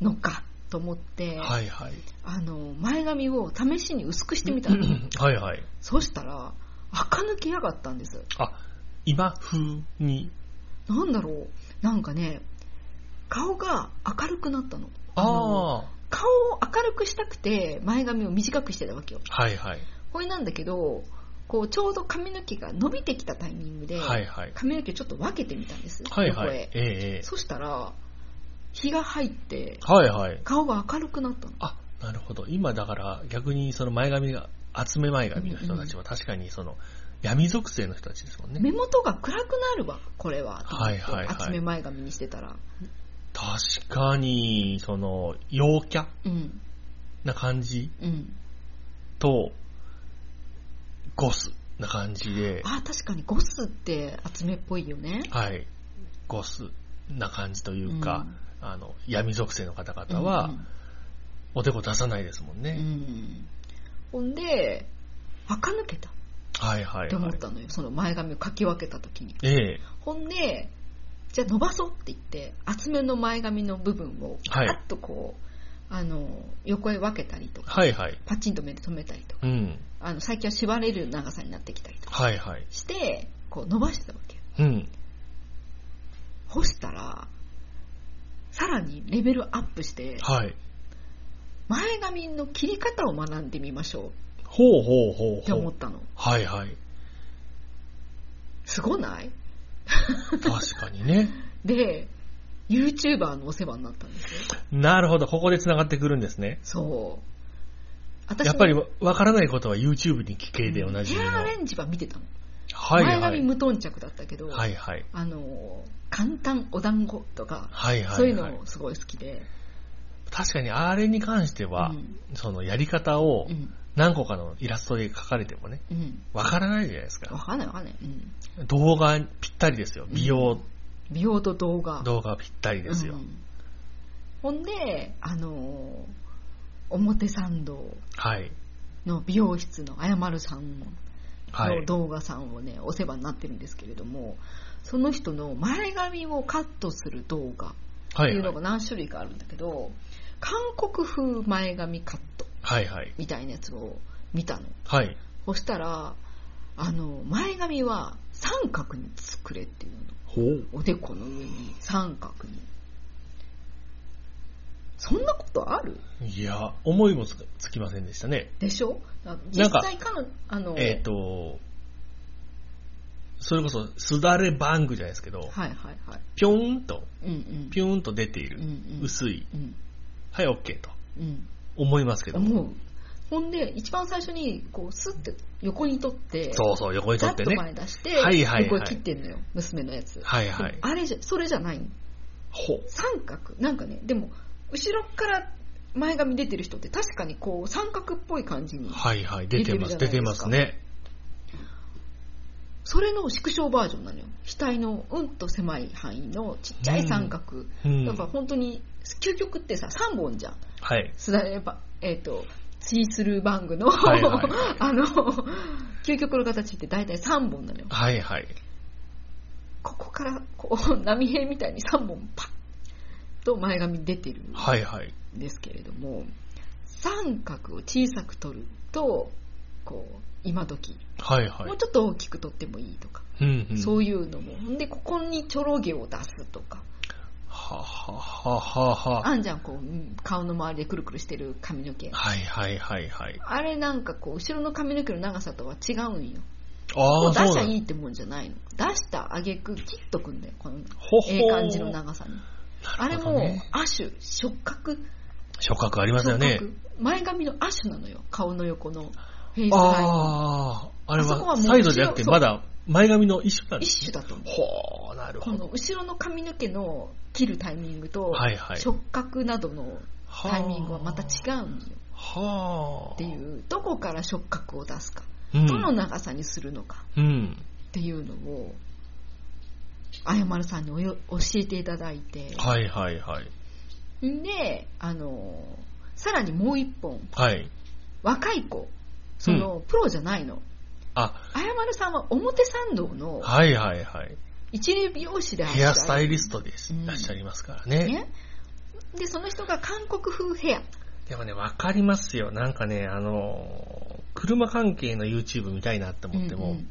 [SPEAKER 4] のかと思って、
[SPEAKER 3] はいはい。
[SPEAKER 4] あの、前髪を試しに薄くしてみたの。
[SPEAKER 3] はいはい。
[SPEAKER 4] そしたら、垢抜けやがったんです。
[SPEAKER 3] あ、今風に。
[SPEAKER 4] なんだろう。なんかね、顔が明るくなったの。の
[SPEAKER 3] ああ。
[SPEAKER 4] 顔を明るくしたくて前髪を短くしてたわけよ。
[SPEAKER 3] はいはい。
[SPEAKER 4] これなんだけど、こうちょうど髪の毛が伸びてきたタイミングで、
[SPEAKER 3] はいはい。
[SPEAKER 4] 髪の毛ちょっと分けてみたんです。
[SPEAKER 3] はいは
[SPEAKER 4] 横
[SPEAKER 3] い。
[SPEAKER 4] へ
[SPEAKER 3] ええええ
[SPEAKER 4] そしたら、日が入って、
[SPEAKER 3] はいはい。
[SPEAKER 4] 顔が明るくなったの。
[SPEAKER 3] あ、なるほど。今だから逆にその前髪が、厚め前髪の人たちは確かにその闇属性の人たちですもんね。
[SPEAKER 4] 目元が暗くなるわ、これは。
[SPEAKER 3] はいはいはい
[SPEAKER 4] 厚め前髪にしてたら。
[SPEAKER 3] 確かに、その陽キャ
[SPEAKER 4] うん、
[SPEAKER 3] な感じ
[SPEAKER 4] うん。
[SPEAKER 3] と、ゴスな感じで、
[SPEAKER 4] あ、確かにゴスって厚めっぽいよね。
[SPEAKER 3] はい。ゴスな感じというか、あの、闇属性の方
[SPEAKER 4] うん、
[SPEAKER 3] 々は、おでこ出さないですもん
[SPEAKER 4] うん、う
[SPEAKER 3] ね。
[SPEAKER 4] ん。ほんで、垢抜けたっ
[SPEAKER 3] はいはい
[SPEAKER 4] て思
[SPEAKER 3] は
[SPEAKER 4] っ
[SPEAKER 3] い。
[SPEAKER 4] たのよ。その前髪をかき分けた時に。
[SPEAKER 3] ええ
[SPEAKER 4] ほんで、じゃあ伸ばそうって言って、厚めの前髪の部分を、パ
[SPEAKER 3] はい
[SPEAKER 4] ッとこう、あの、横へ分けたりとか、
[SPEAKER 3] はいはい。
[SPEAKER 4] パチンと目で止めたりとか、
[SPEAKER 3] うん。
[SPEAKER 4] あの、最近は縛れる長さになってきたりとか
[SPEAKER 3] はいはい。
[SPEAKER 4] して、こう伸ばしてたわけよ。
[SPEAKER 3] うん。
[SPEAKER 4] 干したら、さらにレベルアップして、
[SPEAKER 3] はい。
[SPEAKER 4] 前髪の切り方を学んでみましょ
[SPEAKER 3] ほうほうほ
[SPEAKER 4] う
[SPEAKER 3] う
[SPEAKER 4] って
[SPEAKER 3] ほ
[SPEAKER 4] 思っ
[SPEAKER 3] う。
[SPEAKER 4] たの。
[SPEAKER 3] はい
[SPEAKER 4] <laughs>
[SPEAKER 3] はい。
[SPEAKER 4] すごない
[SPEAKER 3] 確かにね。
[SPEAKER 4] で、YouTuber のお世話になったんですよ。
[SPEAKER 3] なるほど、ここで繋がってくるんですね。
[SPEAKER 4] そう。私
[SPEAKER 3] やっぱりわわからないことは YouTube に聞けで同じみ
[SPEAKER 4] ヘ
[SPEAKER 3] の。
[SPEAKER 4] アア
[SPEAKER 3] は
[SPEAKER 4] レ
[SPEAKER 3] い
[SPEAKER 4] ンジは見てたの。前
[SPEAKER 3] は
[SPEAKER 4] 髪
[SPEAKER 3] い。
[SPEAKER 4] 無頓着だったけど、
[SPEAKER 3] はいはい。
[SPEAKER 4] あの、簡単お団子とか、
[SPEAKER 3] はいはい、はい。
[SPEAKER 4] そういうのすごい好きで。
[SPEAKER 3] 確かにあれに関しては、
[SPEAKER 4] うん
[SPEAKER 3] そのやり方を
[SPEAKER 4] うん。
[SPEAKER 3] 何個かのイラストで書かれてもね、
[SPEAKER 4] うん。
[SPEAKER 3] わからないじゃないです
[SPEAKER 4] わ
[SPEAKER 3] か。
[SPEAKER 4] かんないわかんない。うん。
[SPEAKER 3] 動画ぴったりですよ。美容
[SPEAKER 4] 美容と動画。
[SPEAKER 3] 動画ぴったりですよ。
[SPEAKER 4] うんほんで、あの、表参道
[SPEAKER 3] はい。
[SPEAKER 4] の美容室のあやまるさん
[SPEAKER 3] は
[SPEAKER 4] の
[SPEAKER 3] い。
[SPEAKER 4] 動画さんをね、お世話になってるんですけれども、その人の前髪をカットする動画っ
[SPEAKER 3] は
[SPEAKER 4] てい
[SPEAKER 3] いう
[SPEAKER 4] の
[SPEAKER 3] は
[SPEAKER 4] が
[SPEAKER 3] い。
[SPEAKER 4] 何種類かあるんだけど、韓国風前髪カット
[SPEAKER 3] はいはい。
[SPEAKER 4] みたいなやつを見たの。
[SPEAKER 3] はい。
[SPEAKER 4] そしたら、あの、前髪は三角に作れっていうの。
[SPEAKER 3] ほう。
[SPEAKER 4] おでこの上に三角に。そんなことある
[SPEAKER 3] いや、思いもつかつきませんでしたね。
[SPEAKER 4] でしょな
[SPEAKER 3] な
[SPEAKER 4] 実
[SPEAKER 3] んか
[SPEAKER 4] 際かの、あの、
[SPEAKER 3] えっ、と、それこそ、すだれバングじゃないですけど、
[SPEAKER 4] はいはいはい。
[SPEAKER 3] ぴょんと、
[SPEAKER 4] うんうん。
[SPEAKER 3] ぴょんと出ている
[SPEAKER 4] うん、うん、
[SPEAKER 3] 薄い、
[SPEAKER 4] うん
[SPEAKER 3] はい、OK と
[SPEAKER 4] うん。
[SPEAKER 3] 思いますけども、
[SPEAKER 4] 思う。ほんで、一番最初に、こう、スッて横に取って、
[SPEAKER 3] そうそう、横に
[SPEAKER 4] ザ
[SPEAKER 3] 取って
[SPEAKER 4] ッと
[SPEAKER 3] ね。
[SPEAKER 4] 前に出して、
[SPEAKER 3] はいはいはい
[SPEAKER 4] 横に切ってんのよ、娘のやつ。
[SPEAKER 3] はいはい
[SPEAKER 4] でも。あれじゃ、それじゃないの
[SPEAKER 3] ほう。
[SPEAKER 4] 三角なんかね、でも、後ろから前髪出てる人って確かにこう、三角っぽい感じに。
[SPEAKER 3] はいはい、出てます、
[SPEAKER 4] 出
[SPEAKER 3] 出
[SPEAKER 4] て
[SPEAKER 3] て
[SPEAKER 4] るじゃない
[SPEAKER 3] ま
[SPEAKER 4] ですか
[SPEAKER 3] すね。
[SPEAKER 4] それの縮小バージョンなのよ。額のうんと狭い範囲のちっちゃい三角。
[SPEAKER 3] うん
[SPEAKER 4] だから本当に、究極ってさ、3本じゃん。
[SPEAKER 3] はい。
[SPEAKER 4] すだれば、えっ、と、スイスルーバングの、
[SPEAKER 3] はいはいは
[SPEAKER 4] <laughs> あの、究極の形って大体3本なのよ。
[SPEAKER 3] はいはい。
[SPEAKER 4] ここから、こう、 <laughs> 波平みたいに3本パッと前髪出てるん
[SPEAKER 3] はいはい。
[SPEAKER 4] ですけれども、三角を小さく取ると、こう、今時、
[SPEAKER 3] はいは
[SPEAKER 4] もう
[SPEAKER 3] い。
[SPEAKER 4] ちょっと大きく取ってもいいとか、
[SPEAKER 3] うんうん。
[SPEAKER 4] そういうのも。ほんで、ここにちょろ毛を出すとか、
[SPEAKER 3] ははははは。
[SPEAKER 4] あんじゃん、こううん、顔の周りでくるくるしてる髪の毛。
[SPEAKER 3] はいはいはいはい。
[SPEAKER 4] あれなんかこう、後ろの髪の毛の長さとは違うんよ。
[SPEAKER 3] あ
[SPEAKER 4] も
[SPEAKER 3] あ、
[SPEAKER 4] う出
[SPEAKER 3] そう
[SPEAKER 4] し
[SPEAKER 3] な
[SPEAKER 4] たら
[SPEAKER 3] ん
[SPEAKER 4] いいってもんじゃないの。出したあげく切っとくんだよ、この
[SPEAKER 3] ほほー
[SPEAKER 4] ええ感じの長さに。あれも
[SPEAKER 3] なるほどね
[SPEAKER 4] 亜種、触覚、
[SPEAKER 3] 触覚ありますよね。
[SPEAKER 4] 触覚前髪の亜種なのよ、顔の横のフェイスライン。
[SPEAKER 3] ああ、あれ
[SPEAKER 4] あそこは
[SPEAKER 3] は
[SPEAKER 4] もう
[SPEAKER 3] サイドじゃなくて、
[SPEAKER 4] 後ろ
[SPEAKER 3] まだ前髪の一種なんです。
[SPEAKER 4] 一種だと思う。
[SPEAKER 3] ほう、なる
[SPEAKER 4] こ
[SPEAKER 3] ほ
[SPEAKER 4] の
[SPEAKER 3] ど。
[SPEAKER 4] 後ろの髪の毛の切るタイミングと、
[SPEAKER 3] はいはい。
[SPEAKER 4] 触覚などの
[SPEAKER 3] はあ
[SPEAKER 4] タイミングはまた違うんよ
[SPEAKER 3] はあ。
[SPEAKER 4] ってい。う、どこから触覚を出すか、
[SPEAKER 3] う
[SPEAKER 4] どの
[SPEAKER 3] ん。
[SPEAKER 4] 長さにするのか
[SPEAKER 3] うん。
[SPEAKER 4] っていうのを、あやまるさんにおよ教えていただいて、
[SPEAKER 3] はいはいはい。
[SPEAKER 4] んで、あの、さらにもう一本、
[SPEAKER 3] はい。
[SPEAKER 4] 若い子、その、プロじゃないの。
[SPEAKER 3] あ、
[SPEAKER 4] あやまるさんは表参道の
[SPEAKER 3] はいはいはい。
[SPEAKER 4] 一流美容師であ
[SPEAKER 3] ヘアスタイリス
[SPEAKER 4] ト
[SPEAKER 3] トです。
[SPEAKER 4] うん
[SPEAKER 3] いらっしゃいますからね。
[SPEAKER 4] ね。で、その人が韓国風ヘア。
[SPEAKER 3] でもね、わかりますよ。なんかね、あのー、車関係の YouTube 見たいなって思っても、
[SPEAKER 4] うんうん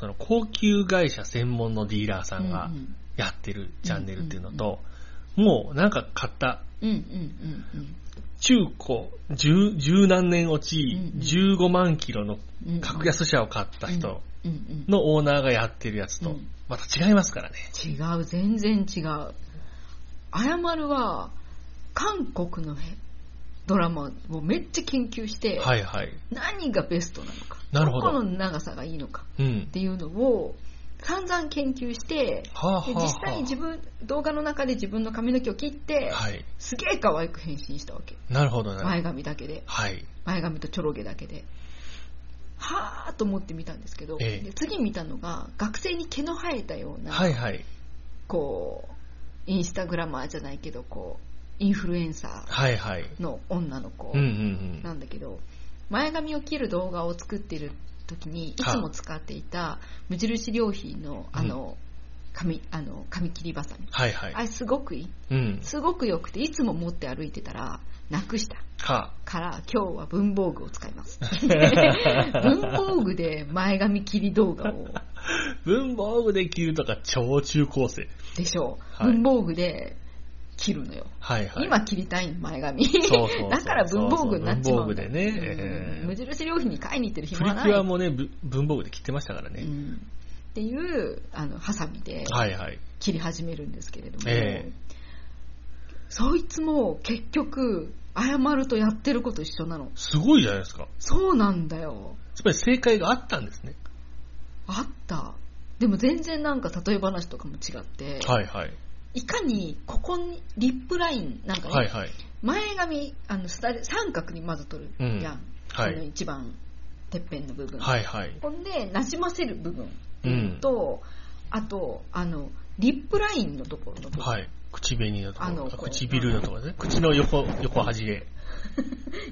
[SPEAKER 3] その高級会社専門のディーラーさんが
[SPEAKER 4] うんうん
[SPEAKER 3] やってるチャンネルっていうのと、もうなんか買った
[SPEAKER 4] うんうんうん
[SPEAKER 3] 中古、十、十何年落ち
[SPEAKER 4] うんうん、
[SPEAKER 3] 15万キロの
[SPEAKER 4] うんうん。
[SPEAKER 3] 格安車を買った人
[SPEAKER 4] うんうん
[SPEAKER 3] のオーナーがやってるやつ
[SPEAKER 4] う
[SPEAKER 3] と
[SPEAKER 4] ん、
[SPEAKER 3] また違いますからね。
[SPEAKER 4] 違う、全然違う。あやまるは、韓国のヘドラマをめっちゃ研究して、
[SPEAKER 3] はいはい。
[SPEAKER 4] 何がベストなのか、
[SPEAKER 3] なるほど
[SPEAKER 4] この長さがいいのか
[SPEAKER 3] うん
[SPEAKER 4] っ。ていうのを散々研究して、
[SPEAKER 3] はあはあ
[SPEAKER 4] で
[SPEAKER 3] はあ
[SPEAKER 4] 実際に自分、動画の中で自分の髪の毛を切って、
[SPEAKER 3] はい。
[SPEAKER 4] すげえ可愛く変身したわけ。
[SPEAKER 3] なるほどなる
[SPEAKER 4] 前髪だけで、
[SPEAKER 3] はい。
[SPEAKER 4] 前髪とちょろ毛だけで。はぁーと思って見たんですけど、
[SPEAKER 3] ええ
[SPEAKER 4] で次見たのが、学生に毛の生えたような、
[SPEAKER 3] はいはい。
[SPEAKER 4] こう、インスタグラマーじゃないけど、こう、インフルエンサ
[SPEAKER 3] はいはい。
[SPEAKER 4] ーの女の子
[SPEAKER 3] うんうんう。
[SPEAKER 4] なんんだけど、前髪を切る動画を作ってる時に、いつも使っていた無印良品の、あの、髪、あの、髪切りバサミ。
[SPEAKER 3] はいは
[SPEAKER 4] あ
[SPEAKER 3] い。
[SPEAKER 4] れすごくいい。
[SPEAKER 3] うん。
[SPEAKER 4] すごく良くて、いつも持って歩いてたら、なくした。
[SPEAKER 3] か。
[SPEAKER 4] から、今日は文房具を使い
[SPEAKER 3] <laughs>
[SPEAKER 4] ます。文房具で前髪切り動画を、
[SPEAKER 3] 文房具で着るとか超中高生。
[SPEAKER 4] でしょう。
[SPEAKER 3] はい
[SPEAKER 4] 文房具で切るのよ。
[SPEAKER 3] はいはい。
[SPEAKER 4] 今切りたいの、前髪。
[SPEAKER 3] そうそうそう
[SPEAKER 4] <laughs> だから文房具になっちまう
[SPEAKER 3] 文房具
[SPEAKER 4] んだ
[SPEAKER 3] でね
[SPEAKER 4] うん
[SPEAKER 3] えー
[SPEAKER 4] 無印良品に買いに行ってる
[SPEAKER 3] プ
[SPEAKER 4] 暇
[SPEAKER 3] リ
[SPEAKER 4] はない。
[SPEAKER 3] キュアもね、ぶ文房具で切ってましたから
[SPEAKER 4] う
[SPEAKER 3] ね。
[SPEAKER 4] んっていう、あの、ハサミで
[SPEAKER 3] はいはい。
[SPEAKER 4] 切り始めるんですけれども、
[SPEAKER 3] ええ
[SPEAKER 4] そいつも結局、謝るとやってること一緒なの。
[SPEAKER 3] すごいじゃないですか。
[SPEAKER 4] そうなんだよ。
[SPEAKER 3] つまり正解があったんですね。
[SPEAKER 4] あった。でも全然なんか例え話とかも違って、
[SPEAKER 3] はいはい。
[SPEAKER 4] い、かにここにリップラインなんかね、
[SPEAKER 3] はいはい。
[SPEAKER 4] 前髪あの下で三角にまず取るじゃん、
[SPEAKER 3] は
[SPEAKER 4] その
[SPEAKER 3] い。
[SPEAKER 4] 一番てっぺんの部分、
[SPEAKER 3] はいはい。
[SPEAKER 4] ほんでなじませる部分
[SPEAKER 3] うん。
[SPEAKER 4] と、あとあのリップラインのところの部分、
[SPEAKER 3] はい。口紅のとこ
[SPEAKER 4] あ
[SPEAKER 3] ろ
[SPEAKER 4] の
[SPEAKER 3] あ
[SPEAKER 4] こう
[SPEAKER 3] 唇のところね。口の横、横端で、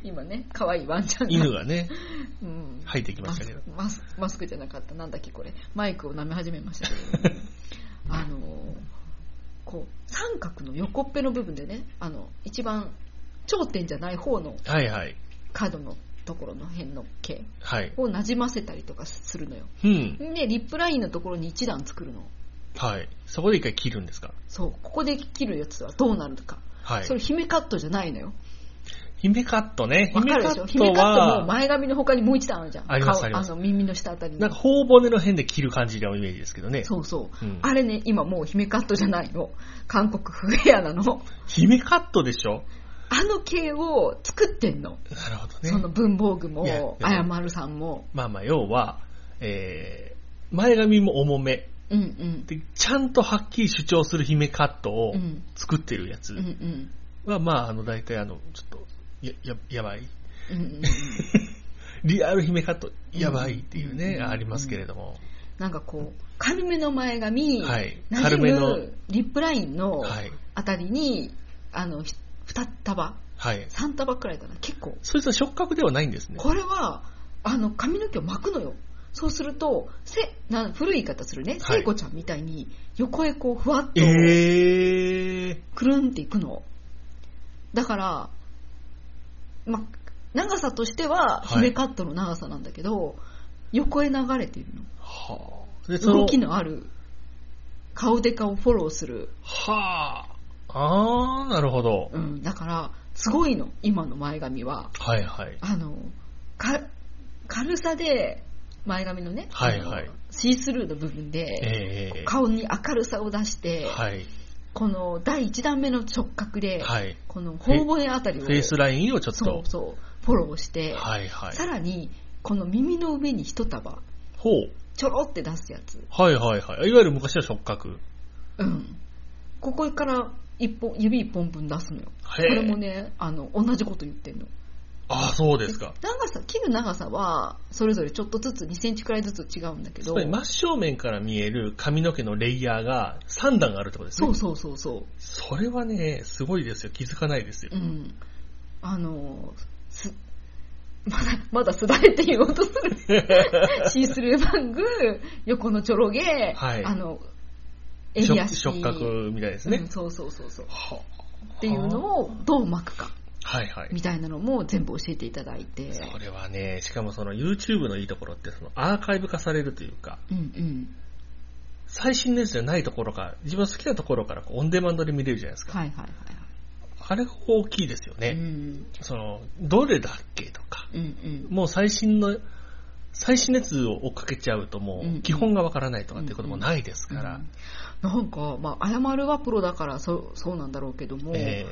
[SPEAKER 4] 今ね可愛いワンちゃんが
[SPEAKER 3] 犬が
[SPEAKER 4] <laughs>
[SPEAKER 3] ね、
[SPEAKER 4] うん
[SPEAKER 3] 入ってきましたけど。
[SPEAKER 4] マスマスマスクじゃなかったなんだっけこれマイクを舐め始めました
[SPEAKER 3] <laughs>
[SPEAKER 4] けどあのこう三角の横っぺの部分でねあの一番頂点じゃない方の
[SPEAKER 3] はいはい。
[SPEAKER 4] 角のところの辺の毛
[SPEAKER 3] はい。
[SPEAKER 4] をなじませたりとかするのよ
[SPEAKER 3] うん。
[SPEAKER 4] でリップラインのところに一段作るの
[SPEAKER 3] はい。そこで一回切るんですか
[SPEAKER 4] そうここで切るやつはどうなるか、
[SPEAKER 3] はい。
[SPEAKER 4] それ姫カットじゃないのよ
[SPEAKER 3] 姫カットね。
[SPEAKER 4] わ
[SPEAKER 3] 姫
[SPEAKER 4] かる
[SPEAKER 3] カ
[SPEAKER 4] でしょ
[SPEAKER 3] ット
[SPEAKER 4] 姫カットも
[SPEAKER 3] は、
[SPEAKER 4] 前髪の他にもう一段あるじゃん
[SPEAKER 3] あります
[SPEAKER 4] 顔
[SPEAKER 3] あります
[SPEAKER 4] の耳の下あたりに
[SPEAKER 3] なんか頬骨の辺で切る感じのイメージですけどね。
[SPEAKER 4] そうそう
[SPEAKER 3] う。ん
[SPEAKER 4] あれね、今もう姫カットじゃないの。韓国風ヘアなの。
[SPEAKER 3] 姫カットでしょ
[SPEAKER 4] あの系を作ってんの。
[SPEAKER 3] なるほどね。
[SPEAKER 4] その文房具
[SPEAKER 3] いやでも
[SPEAKER 4] も、あやまるさんも。
[SPEAKER 3] まあまあ、要は、えー、前髪も重め。
[SPEAKER 4] うんうん。
[SPEAKER 3] で、ちゃんとはっきり主張する姫カットを
[SPEAKER 4] うん
[SPEAKER 3] 作ってるやつ
[SPEAKER 4] うんうん。
[SPEAKER 3] は、まあ、あの、大体あの、ちょっと、や、や、やばい。
[SPEAKER 4] うんうんうん、 <laughs>
[SPEAKER 3] リアル姫カット、やばいっていうね、
[SPEAKER 4] うん
[SPEAKER 3] ありますけれども。
[SPEAKER 4] なんかこう軽めの前髪、
[SPEAKER 3] はい
[SPEAKER 4] なじ
[SPEAKER 3] 軽めの
[SPEAKER 4] むリップラインの
[SPEAKER 3] はい。
[SPEAKER 4] あたりに、あのひ2束
[SPEAKER 3] はい。
[SPEAKER 4] 3束くらいかな結構
[SPEAKER 3] そいつは触覚ではないんですね。
[SPEAKER 4] これはあの髪の毛を巻くのよそうするとせな古い言い方するね
[SPEAKER 3] はい
[SPEAKER 4] 聖子ちゃんみたいに横へこうふわっと
[SPEAKER 3] えー。
[SPEAKER 4] くるんっていくのだから、ま、長さとしては
[SPEAKER 3] はい
[SPEAKER 4] 姫カットの長さなんだけど、横へ流れているの
[SPEAKER 3] はあ。で、その
[SPEAKER 4] 動きのある顔デカをフォローする、
[SPEAKER 3] はあ。あー、なるほど。
[SPEAKER 4] うん、だからすごいの今の前髪は
[SPEAKER 3] はいはい。
[SPEAKER 4] あのか軽さで前髪のね、
[SPEAKER 3] はいはい
[SPEAKER 4] あのシースルーの部分で
[SPEAKER 3] ええ
[SPEAKER 4] 顔に明るさを出して、
[SPEAKER 3] はい。
[SPEAKER 4] この第1弾目の触覚で、
[SPEAKER 3] はい。
[SPEAKER 4] この頬骨あたりを
[SPEAKER 3] フェイスラインをちょっと。
[SPEAKER 4] そうそうフォローして、
[SPEAKER 3] はいはい。
[SPEAKER 4] さらにこの耳の上に一束
[SPEAKER 3] ほう。
[SPEAKER 4] ちょろって出すやつ、
[SPEAKER 3] はいはいはい。いわゆる昔の触覚。
[SPEAKER 4] うん、ここから一本指一本分出すのよ
[SPEAKER 3] こ
[SPEAKER 4] これも。ねあの同じこと言ってんの
[SPEAKER 3] ああ、そうですか。
[SPEAKER 4] 長さ切る長さはそれぞれちょっとずつ2センチくらいずつ違うんだけ
[SPEAKER 3] つ
[SPEAKER 4] ど
[SPEAKER 3] まり真正面から見える髪の毛のレイヤーが3段あるってことですね。
[SPEAKER 4] そうそうそうそう
[SPEAKER 3] それはね、すごいですよ。気づかないですよ
[SPEAKER 4] う。
[SPEAKER 3] <laughs>
[SPEAKER 4] んあのす <laughs> まだまだすだれって言おうとす
[SPEAKER 3] <laughs>
[SPEAKER 4] るシースルーバング横のちょろげ、
[SPEAKER 3] はい
[SPEAKER 4] あの襟足
[SPEAKER 3] 触触覚みたいです
[SPEAKER 4] う
[SPEAKER 3] ね
[SPEAKER 4] ん、。そうそうそうそう
[SPEAKER 3] は
[SPEAKER 4] っていうのをどう巻くか
[SPEAKER 3] あはいはい。
[SPEAKER 4] みたいなのも全部教えていただいて
[SPEAKER 3] それはね、しかもその YouTube のいいところってそのアーカイブ化されるというか、
[SPEAKER 4] うんうん
[SPEAKER 3] 最新のやつじゃないところから、自分の好きなところからこうオンデマンドで見れるじゃないですか。
[SPEAKER 4] はいはいはい
[SPEAKER 3] あれが大きいですよ
[SPEAKER 4] はい、う
[SPEAKER 3] ね。
[SPEAKER 4] ん、
[SPEAKER 3] その、どれだっけとか、
[SPEAKER 4] うんうん
[SPEAKER 3] もう最新の、最新のやつを追っかけちゃうとも
[SPEAKER 4] うん
[SPEAKER 3] う基本がわからないとかっていうこともないですから、
[SPEAKER 4] うんなんか、まあ、謝るはプロだからそそうなんだろうけども、
[SPEAKER 3] え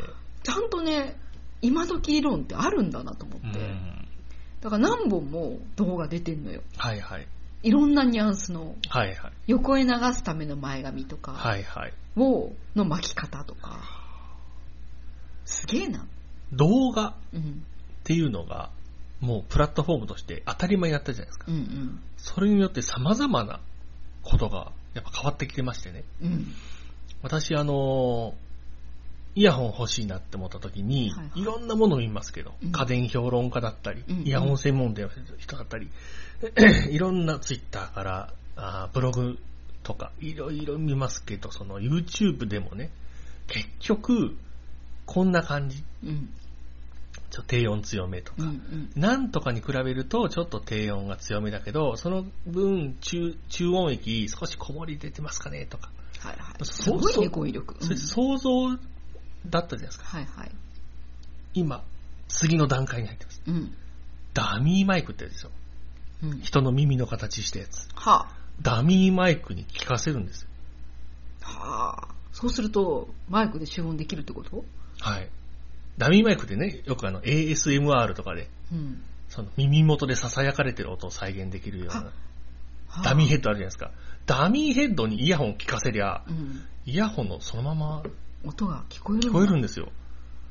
[SPEAKER 4] ちゃんとね今時理論ってあるんだなと思っ
[SPEAKER 3] ー
[SPEAKER 4] て、
[SPEAKER 3] うん
[SPEAKER 4] だから何本も動画出てんのよ
[SPEAKER 3] はいはい。
[SPEAKER 4] いろんなニュアンスの
[SPEAKER 3] はいはい。
[SPEAKER 4] 横へ流すための前髪とか
[SPEAKER 3] はいはい。
[SPEAKER 4] をの巻き方とかすげえな
[SPEAKER 3] 動画っ
[SPEAKER 4] うん
[SPEAKER 3] ていうのが、もうプラットフォームとして当たり前になったじゃないですか。
[SPEAKER 4] うんうん
[SPEAKER 3] それによって様々なことがやっぱ変わってきてましてね。
[SPEAKER 4] うん
[SPEAKER 3] 私あのイヤホン欲しいなって思った時に、
[SPEAKER 4] はい
[SPEAKER 3] い
[SPEAKER 4] は
[SPEAKER 3] ろ
[SPEAKER 4] い
[SPEAKER 3] んなもの見ますけど、
[SPEAKER 4] うん
[SPEAKER 3] 家電評論家だったり、
[SPEAKER 4] うんうん
[SPEAKER 3] イヤホン専門店の人だったり、 <clears throat> いろんなツイッターからあーブログとかいろいろ見ますけど、その YouTube でもね、結局、こんな感じ。
[SPEAKER 4] うん
[SPEAKER 3] ちょ低音強めとか、
[SPEAKER 4] うんうん
[SPEAKER 3] なんとかに比べると、ちょっと低音が強めだけど、その分中、中音域少しこもり出てますかねとか、
[SPEAKER 4] はいはい。
[SPEAKER 3] そ
[SPEAKER 4] すごい
[SPEAKER 3] そう
[SPEAKER 4] ね、語彙力。
[SPEAKER 3] そういう想像だったじゃないですか。
[SPEAKER 4] はいはい。
[SPEAKER 3] 今、次の段階に入ってます。
[SPEAKER 4] うん。
[SPEAKER 3] ダミーマイクってやつでしょ。
[SPEAKER 4] うん。
[SPEAKER 3] 人の耳の形したやつ。
[SPEAKER 4] は
[SPEAKER 3] ダミーマイクに聞かせるんですよ。
[SPEAKER 4] あ。はあ。そうすると、マイクで集音できるってこと
[SPEAKER 3] はい。ダミーマイクでね、よくあの ASMR とかで、
[SPEAKER 4] うん。
[SPEAKER 3] その耳元で囁かれてる音を再現できるよう
[SPEAKER 4] は
[SPEAKER 3] なダミーヘッドあるじゃないですか。ダミーヘッドにイヤホンを聞かせりゃ、
[SPEAKER 4] ド。うん。
[SPEAKER 3] イヤホンのそのまま
[SPEAKER 4] 音が聞こえる
[SPEAKER 3] 聞
[SPEAKER 4] んだ
[SPEAKER 3] こえるんですよ。